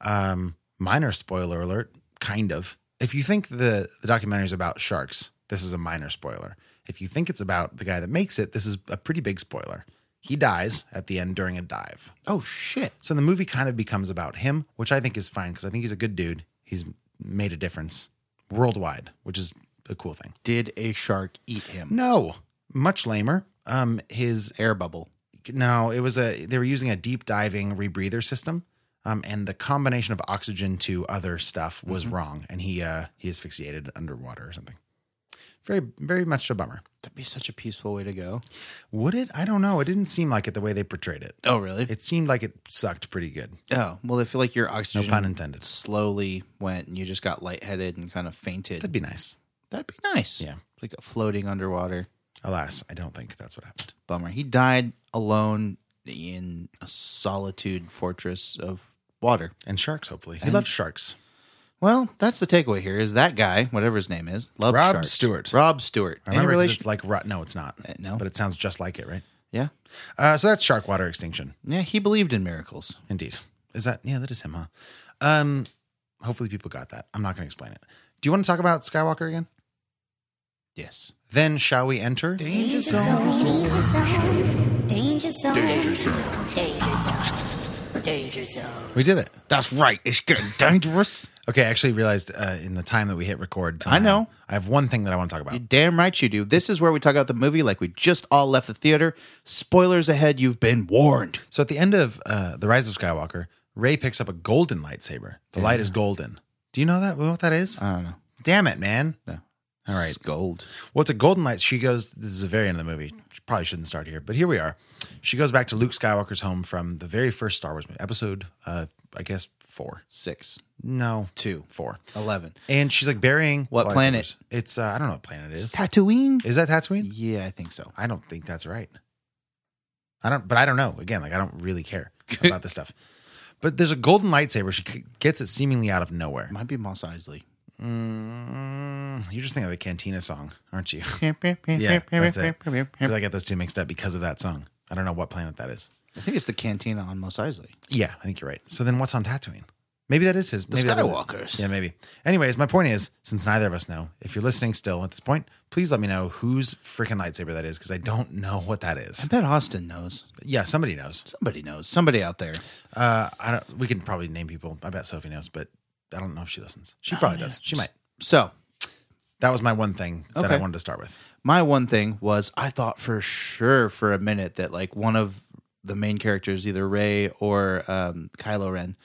S5: Um minor spoiler alert, kind of. If you think the the documentary is about sharks, this is a minor spoiler. If you think it's about the guy that makes it, this is a pretty big spoiler. He dies at the end during a dive.
S6: Oh, shit.
S5: So the movie kind of becomes about him, which I think is fine because I think he's a good dude. He's made a difference worldwide, which is a cool thing.
S6: Did a shark eat him?
S5: No, much lamer. Um, his
S6: Air bubble.
S5: no, it was a they were using a deep diving rebreather system, um, and the combination of oxygen to other stuff was wrong, and he uh he asphyxiated underwater or something. Very very much a bummer.
S6: That'd be such a peaceful way to go.
S5: Would it? I don't know. It didn't seem like it the way they portrayed it.
S6: Oh, really?
S5: It seemed like it sucked pretty good.
S6: oh, well, I feel like your oxygen
S5: pun intended.
S6: slowly went and you just got lightheaded and kind of fainted.
S5: That'd be nice.
S6: That'd be nice.
S5: Yeah.
S6: Like floating underwater.
S5: Alas, I don't think that's what happened.
S6: Bummer. He died alone in a solitude fortress of water.
S5: and sharks. Hopefully, he loved sharks.
S6: Well, that's the takeaway here is that guy, whatever his name is, loves
S5: Rob
S6: sharks.
S5: Stewart.
S6: Rob Stewart.
S5: I
S6: Any
S5: remember 'cause
S6: relation? Uh,
S5: it's like rot. No, it's not.
S6: no.
S5: but it sounds just like it, right?
S6: yeah.
S5: Uh, so that's shark water extinction.
S6: Yeah, he believed in miracles.
S5: Indeed. Is that yeah? That is him, huh? Um, hopefully people got that. I'm not going to explain it. Do you want to talk about Skywalker again?
S6: Yes.
S5: Then shall we enter?
S7: Danger zone. Danger zone. Danger zone. Danger zone. Danger zone.
S5: We did it.
S6: That's right. It's getting dangerous.
S5: Okay, I actually realized uh, in the time that we hit record. till
S6: I
S5: now,
S6: know.
S5: I have one thing that I want to talk about.
S6: You damn right you do. This is where we talk about the movie like we just all left the theater. Spoilers ahead, you've been warned.
S5: So at the end of uh, The Rise of Skywalker, Ray picks up a golden lightsaber. The light is golden. Do you know that? What that is?
S6: I don't know.
S5: Damn it, man.
S6: No.
S5: All right.
S6: Scold.
S5: Well, it's a golden light. She goes, this is the very end of the movie. She probably shouldn't start here, but here we are. She goes back to Luke Skywalker's home from the very first Star Wars movie, episode, uh, I guess, four.
S6: Six.
S5: No,
S6: Two.
S5: four.
S6: Eleven.
S5: And she's like burying.
S6: What
S5: lightsabers.
S6: planet?
S5: It's, uh, I don't know what planet it is.
S6: Tatooine?
S5: Is that Tatooine?
S6: Yeah, I think so.
S5: I don't think that's right. I don't, but I don't know. Again, like I don't really care about this stuff. But there's a golden lightsaber. She c- gets it seemingly out of nowhere.
S6: Might be Moss Isley.
S5: Mm, you just think of the Cantina song, aren't you?
S6: yeah,
S5: yeah, that's it. 'Cause I get those two mixed up because of that song. I don't know what planet that is.
S6: I think it's the cantina on Mos Eisley.
S5: Yeah, I think you're right. So then what's on Tatooine? Maybe that is his. maybe that is it.
S6: Skywalkers.
S5: Yeah, maybe. Anyways, my point is, since neither of us know, if you're listening still at this point, please let me know whose freaking lightsaber that is because I don't know what that
S6: I
S5: is.
S6: bet Austin knows.
S5: Yeah, somebody knows.
S6: Somebody knows. Somebody out there.
S5: Uh, I don't. We can probably name people. I bet Sophie knows, but I don't know if she listens. She
S6: Oh,
S5: probably does. She might.
S6: So
S5: That was my one thing that I
S6: Okay.
S5: wanted to start with.
S6: my one thing was I thought for sure for a minute that like one of the main characters, either Ray or um, Kylo Ren,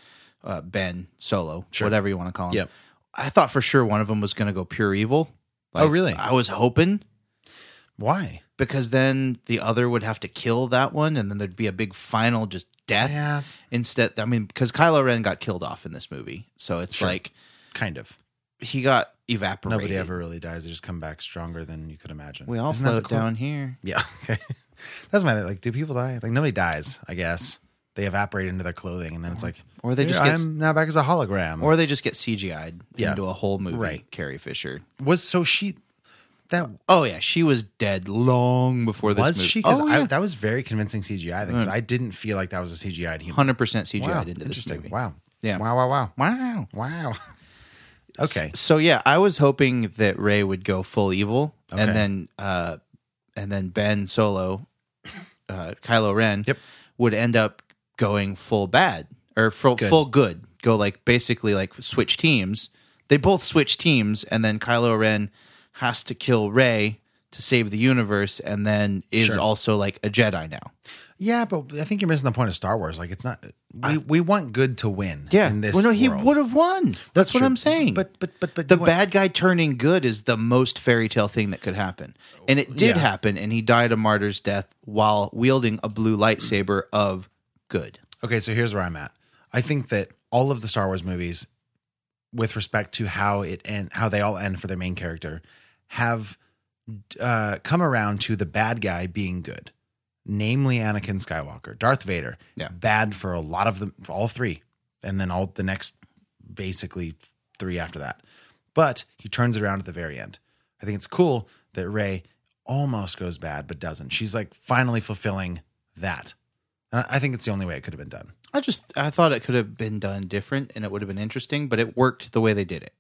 S6: uh, Ben Solo, whatever you want to call him.
S5: Yep.
S6: I thought for sure one of them was going to go pure evil.
S5: Oh, really?
S6: I was hoping
S5: Why?
S6: because then the other would have to kill that one, and then there'd be a big final just death.
S5: Yeah.
S6: Instead, I mean, because Kylo Ren got killed off in this movie, so it's like
S5: Kind of.
S6: he got evaporated.
S5: Nobody ever really dies. They just come back stronger than you could imagine.
S6: We all
S5: Isn't that the
S6: float
S5: cool-
S6: down here.
S5: Yeah. Okay. That's my like. Do people die? Like nobody dies. I guess they evaporate into their clothing, and then it's like,
S6: Or they
S5: "Here,
S6: just get-
S5: I'm now back as a hologram. Or
S6: Or they just get CGI'd
S5: Yeah.
S6: into a whole movie.
S5: Right.
S6: Carrie Fisher.
S5: was so she that
S6: Oh yeah, she was dead long before this
S5: was
S6: movie.
S5: she because
S6: Oh
S5: that was very convincing CGI thing. 'cause I didn't feel like that was a CGI human.
S6: hundred percent CGI'd
S5: Wow,
S6: into this
S5: interesting.
S6: movie.
S5: Wow.
S6: Yeah.
S5: Wow. Wow. Wow.
S6: Wow.
S5: Wow. Okay.
S6: So yeah, I was hoping that Ray would go full evil,
S5: Okay.
S6: and then uh, and then Ben Solo, uh, Kylo Ren,
S5: Yep.
S6: would end up going full bad or full
S5: Good.
S6: full good. Go like basically like switch teams. They both switch teams, and then Kylo Ren has to kill Ray to save the universe, and then is
S5: Sure.
S6: also like a Jedi now.
S5: Yeah, but I think you're missing the point of Star Wars. Like, it's not we, we want good to win. in this
S6: well, no, he
S5: world.
S6: would have won. That's, what
S5: true.
S6: I'm saying.
S5: But but but but
S6: the
S5: you want-
S6: bad guy turning good is the most fairy tale thing that could happen. And it did
S5: Yeah.
S6: happen, and he died a martyr's death while wielding a blue lightsaber of good.
S5: Okay, so here's where I'm at. I think that all of the Star Wars movies, with respect to how it end, how they all end for their main character, have uh, come around to the bad guy being good, namely Anakin Skywalker, Darth Vader.
S6: Yeah.
S5: bad for a lot of them, for all three, and then all the next basically three after that. But he turns it around at the very end. I think it's cool that Ray almost goes bad, but doesn't. She's like finally fulfilling that. And I I think it's the only way it could have been done.
S6: I just I thought it could have been done different and it would have been interesting, but it worked the way they did it.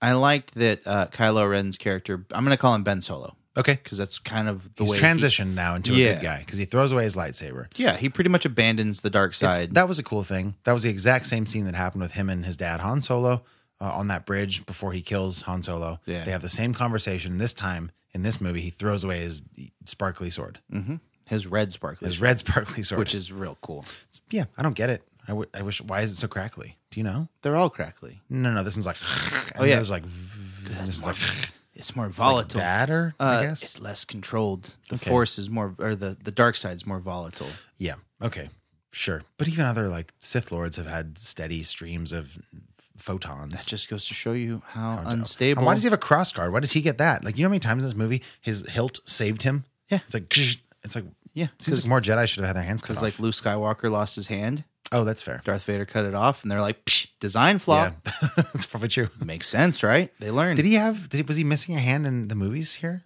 S6: I liked that uh, Kylo Ren's character. I'm going to call him Ben Solo
S5: Okay.
S6: because that's kind of the
S5: He's
S6: way he-
S5: transitioned now into a
S6: Yeah.
S5: good guy because he throws away his lightsaber.
S6: yeah, he pretty much abandons the dark
S5: It's-
S6: side.
S5: that was a cool thing. That was the exact same scene that happened with him and his dad, Han Solo, uh, on that bridge before he kills Han Solo.
S6: Yeah.
S5: They have the same conversation. This time in this movie, he throws away his sparkly sword,
S6: his red sparkle,
S5: his red sparkly sword.
S6: Mm-hmm. which is real cool.
S5: yeah, I don't get it. I, w- I wish. Why is it so crackly? Do you know?
S6: They're all crackly.
S5: No, no. This one's like.
S6: Oh, yeah.
S5: There's like. and This is like.
S6: It's more
S5: Volatile.
S6: volatile.
S5: batter,
S6: Uh,
S5: I guess.
S6: It's less controlled. The
S5: Okay.
S6: force is more, or the, the dark side's more volatile.
S5: Yeah. Okay. Sure. But even other like Sith lords have had steady streams of photons.
S6: That just goes to show you how
S5: So-
S6: unstable.
S5: And why does he have a cross guard? Why does he get that? Like, you know how many times in this movie his hilt saved him?
S6: Yeah.
S5: It's like, it's like,
S6: Yeah,
S5: Seems
S6: 'cause-
S5: like more Jedi should have had their hands cut
S6: Because
S5: off.
S6: like Luke Skywalker lost his hand.
S5: Oh, that's fair.
S6: Darth Vader cut it off, and they're like, Psh, design flaw.
S5: Yeah, that's probably true.
S6: Makes sense, right? They learned.
S5: Did he have? Did he, was he missing a hand in the movies here?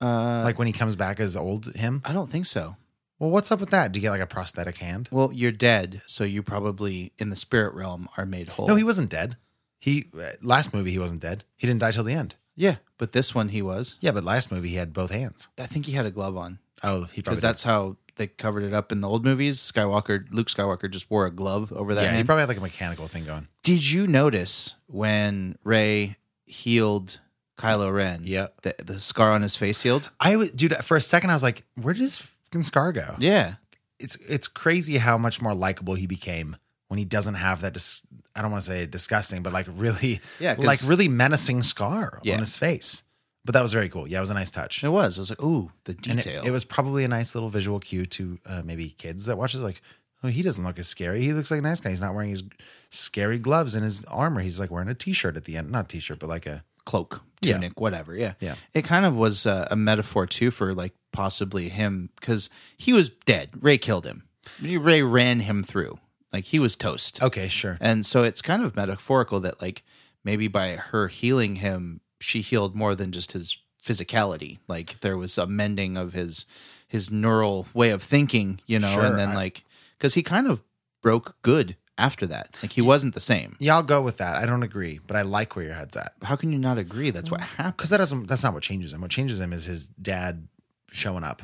S5: Uh, like when he comes back as old him?
S6: I don't think so.
S5: Well, what's up with that? Do you get like a prosthetic hand?
S6: Well, you're dead, so you probably in the spirit realm are made whole.
S5: No, he wasn't dead. He uh, last movie he wasn't dead. He didn't die till the end.
S6: Yeah, but this one he was.
S5: Yeah, but last movie he had both hands.
S6: I think he had a glove on
S5: Oh, he probably
S6: because
S5: did.
S6: that's how they covered it up in the old movies. Skywalker, Luke Skywalker, just wore a glove over that.
S5: yeah. He
S6: hand.
S5: probably had like a mechanical thing going.
S6: Did you notice when Ray healed Kylo Ren?
S5: Yeah.
S6: the, the scar on his face healed.
S5: I was, dude. For a second, I was like, where did his fucking scar go?
S6: Yeah,
S5: it's it's crazy how much more likable he became when he doesn't have that. Dis- I don't want to say disgusting, but like really,
S6: Yeah, 'cause-
S5: like really menacing scar
S6: Yeah.
S5: on his face. But that was very cool. Yeah, it was a nice touch.
S6: it was. I was like, ooh, the
S5: And it,
S6: detail.
S5: it was probably a nice little visual cue to uh, maybe kids that watch it. Like, oh, he doesn't look as scary. He looks like a nice guy. He's not wearing his scary gloves and his armor. He's like wearing a t-shirt at the end, not t-shirt, but like a
S6: cloak,
S5: Yeah.
S6: tunic, whatever. Yeah.
S5: Yeah.
S6: It kind of was a, a metaphor too for like possibly him because he was dead. Ray killed him. Ray ran him through. Like he was toast.
S5: okay, sure.
S6: And so it's kind of metaphorical that like maybe by her healing him, she healed more than just his physicality. Like there was a mending of his his neural way of thinking, you know,
S5: Sure,
S6: and then
S5: I-
S6: like because he kind of broke good after that. Like he wasn't the same.
S5: Yeah, I'll go with that. I don't agree, but I like where your head's at.
S6: How can you not agree? That's what happened.
S5: because Mm. that doesn't that's not what changes him what changes him is his dad showing up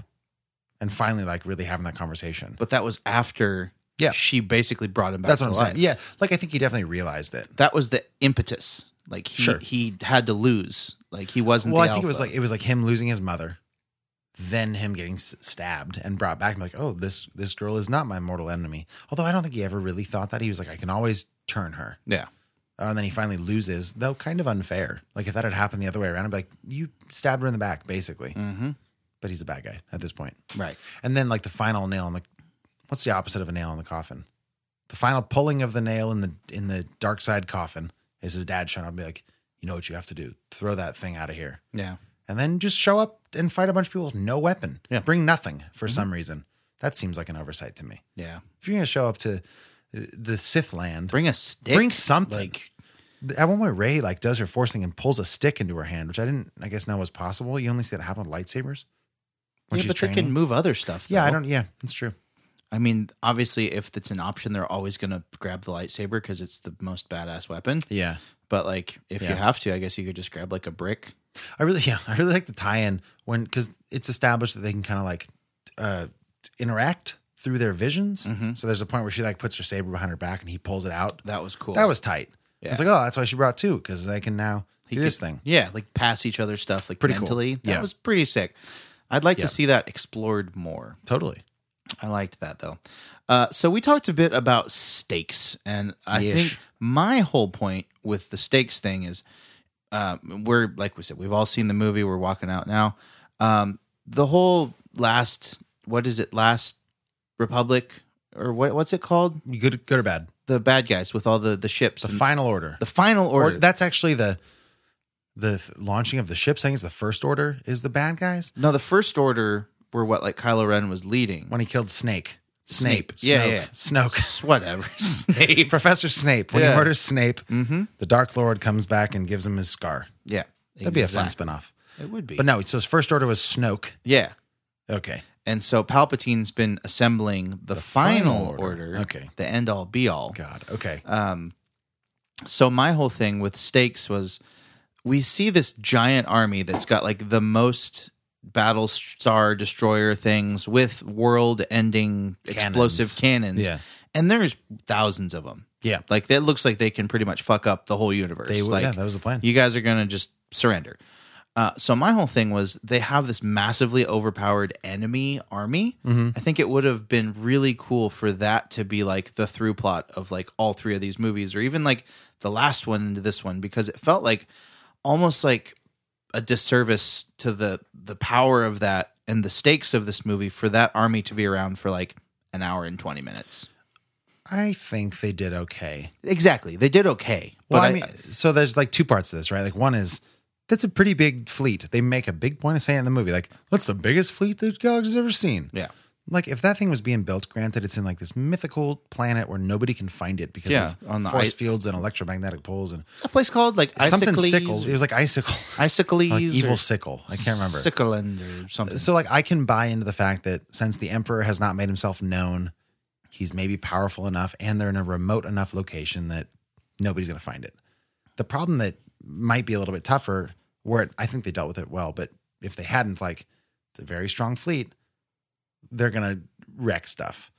S5: and finally like really having that conversation
S6: but that was after
S5: Yeah.
S6: she basically brought him back
S5: that's what i'm
S6: to life.
S5: saying yeah like i think he definitely realized it
S6: that was the impetus like he,
S5: Sure.
S6: he had to lose like he wasn't
S5: well i
S6: the
S5: think it was
S6: alpha.
S5: like it was like him losing his mother then him getting s- stabbed and brought back and like oh this this girl is not my mortal enemy although i don't think he ever really thought that he was like i can always turn her
S6: yeah
S5: Uh, and then he finally loses though kind of unfair like if that had happened the other way around i'd be like you stabbed her in the back basically
S6: mm-hmm.
S5: but he's a bad guy at this point
S6: right
S5: And then like the final nail in the what's the opposite of a nail in the coffin? The final pulling of the nail in the in the dark side coffin is his dad showing up and be like, you know what you have to do. Throw that thing out of here.
S6: yeah
S5: And then just show up and fight a bunch of people with no weapon.
S6: Yeah. Mm-hmm.
S5: Bring nothing for some reason. That seems like an oversight to me.
S6: yeah
S5: If you're gonna show up to uh, the Sith land,
S6: bring a stick
S5: Bring something.
S6: like
S5: at one point Ray like does her forcing and pulls a stick into her hand, which I didn't I guess know was possible. You only see that happen with lightsabers. When
S6: yeah,
S5: she's
S6: but they can
S5: training.
S6: move other stuff
S5: Yeah, I
S6: though.
S5: don't yeah, that's true.
S6: i mean obviously if it's an option they're always gonna grab the lightsaber because it's the most badass weapon
S5: Yeah.
S6: but like if
S5: Yeah.
S6: you have to i guess you could just grab like a brick
S5: I really, yeah, I really like the tie-in when because it's established that they can kind of like uh, interact through their visions.
S6: Mm-hmm.
S5: So there's a point where she like puts her saber behind her back and he pulls it out.
S6: that was cool
S5: That was tight.
S6: Yeah.
S5: It's like, oh, that's why she brought two because they can now
S6: He
S5: do this
S6: could-
S5: thing.
S6: Yeah, like pass each other stuff like
S5: Pretty cool.
S6: mentally. That
S5: Yeah.
S6: was pretty sick. I'd like
S5: Yeah.
S6: to see that explored more.
S5: Totally.
S6: I liked that though. Uh, so we talked a bit about stakes, and I
S5: Yesh.
S6: think my whole point with the stakes thing is, uh, we're like we said, we've all seen the movie. We're walking out now. Um, the whole last, what is it? Last Republic or what? What's it called?
S5: Good, good or bad.
S6: The bad guys with all the the ships.
S5: The
S6: and-
S5: final order.
S6: the final
S5: or
S6: order.
S5: that's actually the the th- launching of the ships. I think it's the first order is the bad guys
S6: no, the first order were what like Kylo Ren was leading.
S5: when he killed Snake. Snape.
S6: Snape. Yeah,
S5: Snoke.
S6: yeah, yeah.
S5: Snoke.
S6: S- whatever. Snape.
S5: Professor Snape. When
S6: Yeah.
S5: he
S6: Mm-hmm.
S5: murders Snape, the Dark Lord comes back and gives him his scar.
S6: Yeah.
S5: That'd be a fun
S6: exact-
S5: spin-off.
S6: It would be.
S5: But no, so his first order was Snoke.
S6: Yeah.
S5: Okay.
S6: And so Palpatine's been assembling the,
S5: final
S6: final,
S5: order.
S6: order.
S5: Okay.
S6: The end all be all.
S5: God. Okay.
S6: Um so my whole thing with stakes was we see this giant army that's got like the most battle star destroyer things with world ending explosive cannons.
S5: Yeah.
S6: And there's thousands of them.
S5: yeah.
S6: Like that looks like they can pretty much fuck up the whole universe.
S5: They,
S6: like,
S5: yeah, that was the plan.
S6: you guys are going to just surrender. Uh, so my whole thing was they have this massively overpowered enemy army. I think it would have been really cool for that to be like the through plot of like all three of these movies, or even like the last one into this one, because it felt like almost like a disservice to the the power of that and the stakes of this movie for that army to be around for like an hour and twenty minutes.
S5: I think they did okay.
S6: Exactly, they did okay.
S5: Well,
S6: but
S5: I mean, so there's like two parts to this, right? Like one is that's a pretty big fleet. They make a big point of saying in the movie, like, that's the biggest fleet the galaxy's ever seen.
S6: yeah,
S5: Like if that thing was being built, granted it's in like this mythical planet where nobody can find it because
S6: Yeah,
S5: of
S6: on the
S5: force
S6: ice-
S5: fields and electromagnetic poles and
S6: a place called like
S5: something
S6: Icicles
S5: sickle. It was like icicle,
S6: Icicles
S5: like evil
S6: or
S5: sickle. I can't remember.
S6: Sickland or something.
S5: So like I can buy into the fact that since the emperor has not made himself known, he's maybe powerful enough and they're in a remote enough location that nobody's going to find it. The problem that might be a little bit tougher where it, I think they dealt with it well, but if they hadn't like the very strong fleet, they're going to wreck stuff.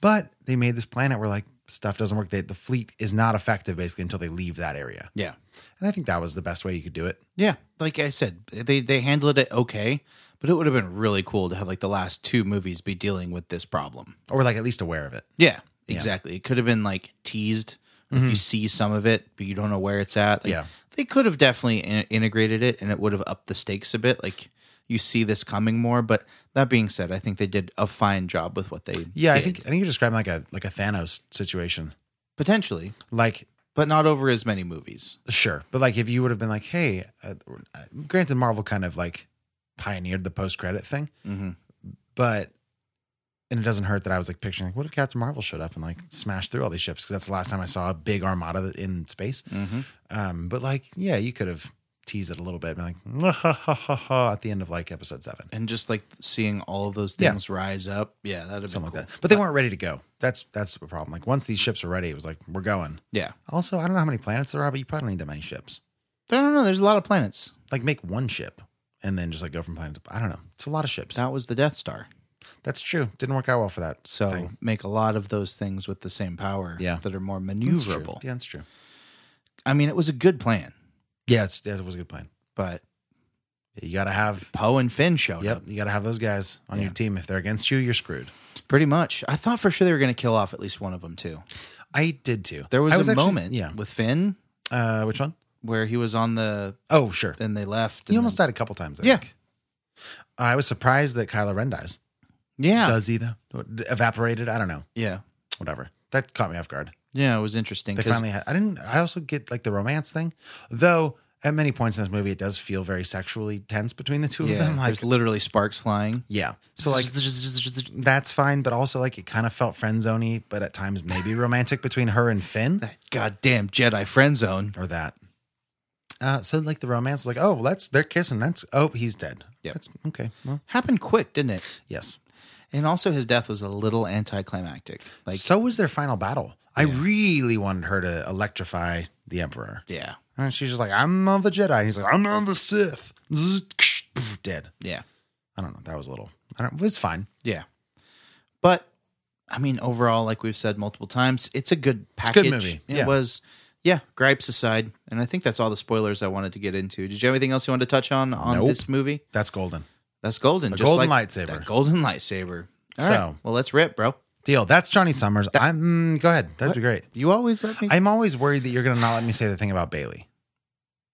S5: But they made this planet where like stuff doesn't work. They, the fleet is not effective basically until they leave that area.
S6: yeah.
S5: And I think that was the best way you could do it.
S6: Yeah, like I said, they they handled it okay, but it would have been really cool to have like the last two movies be dealing with this problem.
S5: Or like at least aware of it.
S6: Yeah, exactly. It could have been like teased. Like You see some of it, but you don't know where it's at.
S5: Mm-hmm.
S6: Like,
S5: Yeah.
S6: they could have definitely in- integrated it, and it would have upped the stakes a bit. Like you see this coming more. But that being said, I think they did a fine job with what they.
S5: Yeah, I
S6: did.
S5: think I think you're describing like a like a Thanos situation.
S6: potentially,
S5: Like
S6: but not over as many movies.
S5: sure, but like if you would have been like, hey, uh, uh, granted, Marvel kind of like pioneered the post credit thing,
S6: Mm-hmm.
S5: but and it doesn't hurt that I was like picturing like, what if Captain Marvel showed up and like smashed through all these ships because that's the last time I saw a big armada that- in space.
S6: Mm-hmm.
S5: Um, but like, yeah, you could have teased it a little bit, and been like ha, ha, ha, ha, at the end of like episode seven,
S6: And just like seeing all of those
S5: Yeah.
S6: things rise up, yeah, that'd have
S5: something
S6: been
S5: like
S6: cool.
S5: that. But they weren't ready to go. That's that's the problem. Like once these ships were ready, it was like we're going.
S6: Yeah,
S5: Also, I don't know how many planets there are, but you probably don't need that many ships.
S6: I don't know. There's a lot of planets.
S5: Like make one ship and then just like go from planet to I don't know. It's a lot of ships.
S6: That was the Death Star.
S5: That's true. Didn't work out well for that.
S6: So
S5: thing.
S6: make a lot of those things with the same power
S5: Yeah.
S6: that are more
S5: That's true.
S6: maneuverable.
S5: Yeah, that's true.
S6: I mean, it was a good plan,
S5: Yeah, it's, yeah, it was a good plan.
S6: but
S5: You gotta have
S6: Poe and Finn showed
S5: Yep,
S6: up
S5: you gotta have those guys on your
S6: Yeah.
S5: team. If they're against you, you're screwed.
S6: pretty much. I thought for sure they were going to kill off at least one of them too.
S5: I did too.
S6: There was,
S5: I
S6: a
S5: actually-
S6: moment
S5: Yeah.
S6: with Finn
S5: Uh which one?
S6: where he was on the
S5: Oh, sure.
S6: and they left.
S5: he
S6: and
S5: almost
S6: then-
S5: died a couple times, I
S6: Yeah.
S5: think. I was surprised that Kylo Ren dies.
S6: yeah,
S5: Does he though? Evaporated? I don't know.
S6: yeah,
S5: Whatever. That caught me off guard.
S6: yeah. It was interesting
S5: They
S6: because
S5: finally had. I didn't. I also get like the romance thing, though. At many points in this movie, it does feel very sexually tense between the two
S6: yeah,
S5: of them. Like,
S6: there's literally sparks flying.
S5: yeah. So like, that's fine, but also like it kind of felt friend zoney, but at times maybe romantic between her and Finn
S6: That goddamn Jedi friend zone.
S5: or that. Uh, so like the romance is like, oh, let's they're kissing. That's oh, he's dead.
S6: Yep.
S5: That's okay. Well,
S6: Happened quick, didn't it?
S5: yes.
S6: And also, his death was a little anticlimactic. Like,
S5: so was their final battle. I really wanted her to electrify the Emperor.
S6: yeah,
S5: And she's just like, I'm on the Jedi. And he's like, I'm on the Sith. Dead.
S6: yeah.
S5: I don't know. That was a little. I don't. It was fine.
S6: Yeah. But I mean, overall, like we've said multiple times, it's a good package.
S5: movie.
S6: It
S5: Yeah.
S6: was, yeah. Gripes aside, and I think that's all the spoilers I wanted to get into. Did you have anything else you wanted to touch on on
S5: Nope.
S6: this movie?
S5: That's golden.
S6: That's golden.
S5: The
S6: just
S5: golden
S6: like
S5: lightsaber.
S6: that golden lightsaber. All right.
S5: So-
S6: Well, let's rip, bro.
S5: Deal. That's Johnny Summers. I'm. mm, Go ahead. That'd be great.
S6: You always let me.
S5: I'm always worried that you're gonna not let me say the thing about Bailey.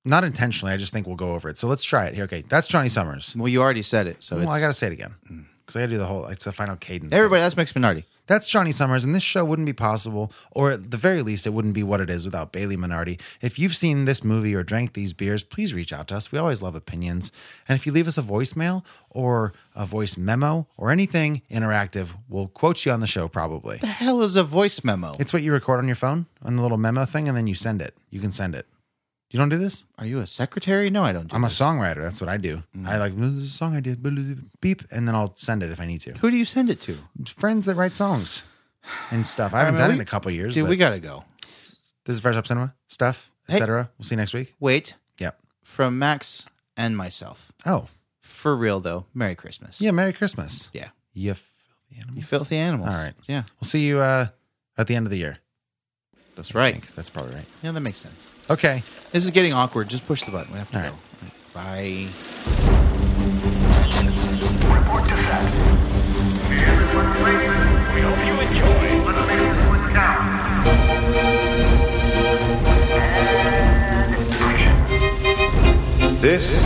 S5: Not intentionally. I just think we'll go over it. So let's try it. Here. Okay. That's Johnny Summers.
S6: well, you already said it, so
S5: Well,
S6: it's Mm.
S5: I gotta say it again because I gotta do the whole. It's a final cadence.
S6: everybody. That's Max Minardi.
S5: That's Johnny Summers, and this show wouldn't be possible, or at the very least, it wouldn't be what it is without Bailey Minardi. If you've seen this movie or drank these beers, please reach out to us. We always love opinions. And if you leave us a voicemail or a voice memo or anything interactive, we'll quote you on the show probably.
S6: The hell is a voice memo?
S5: It's what you record on your phone on the little memo thing, and then you send it. You can send it. You don't do this?
S6: Are you a secretary? No, I don't. Do
S5: I'm a
S6: this. Mm.
S5: songwriter. That's what I do. I like, this is a song I did, beep, and then I'll send it if I need to.
S6: Who do you send it to?
S5: Friends that write songs and stuff. I haven't
S6: mean,
S5: done
S6: we-
S5: it in a couple years.
S6: Dude,
S5: but-
S6: we gotta go.
S5: This is Fresh Up Cinema stuff,
S6: Hey.
S5: etc. We'll see you next week.
S6: Wait,
S5: Yep.
S6: from Max and myself.
S5: Oh,
S6: For real though, Merry Christmas.
S5: yeah. Merry Christmas.
S6: Yeah.
S5: You filthy animals.
S6: You filthy animals.
S5: All right.
S6: Yeah.
S5: We'll see you uh, at the end of the year.
S6: That's
S5: I
S6: right.
S5: think that's probably right.
S6: Yeah, that makes sense.
S5: Okay.
S6: This is getting awkward. Just push the button. We have to
S5: All
S6: go.
S5: right.
S6: Bye.
S2: Report to set. Hey, everyone, please. We hope you enjoy. Let's make this one count. And action.
S3: This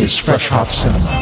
S4: is Fresh Hop Cinema.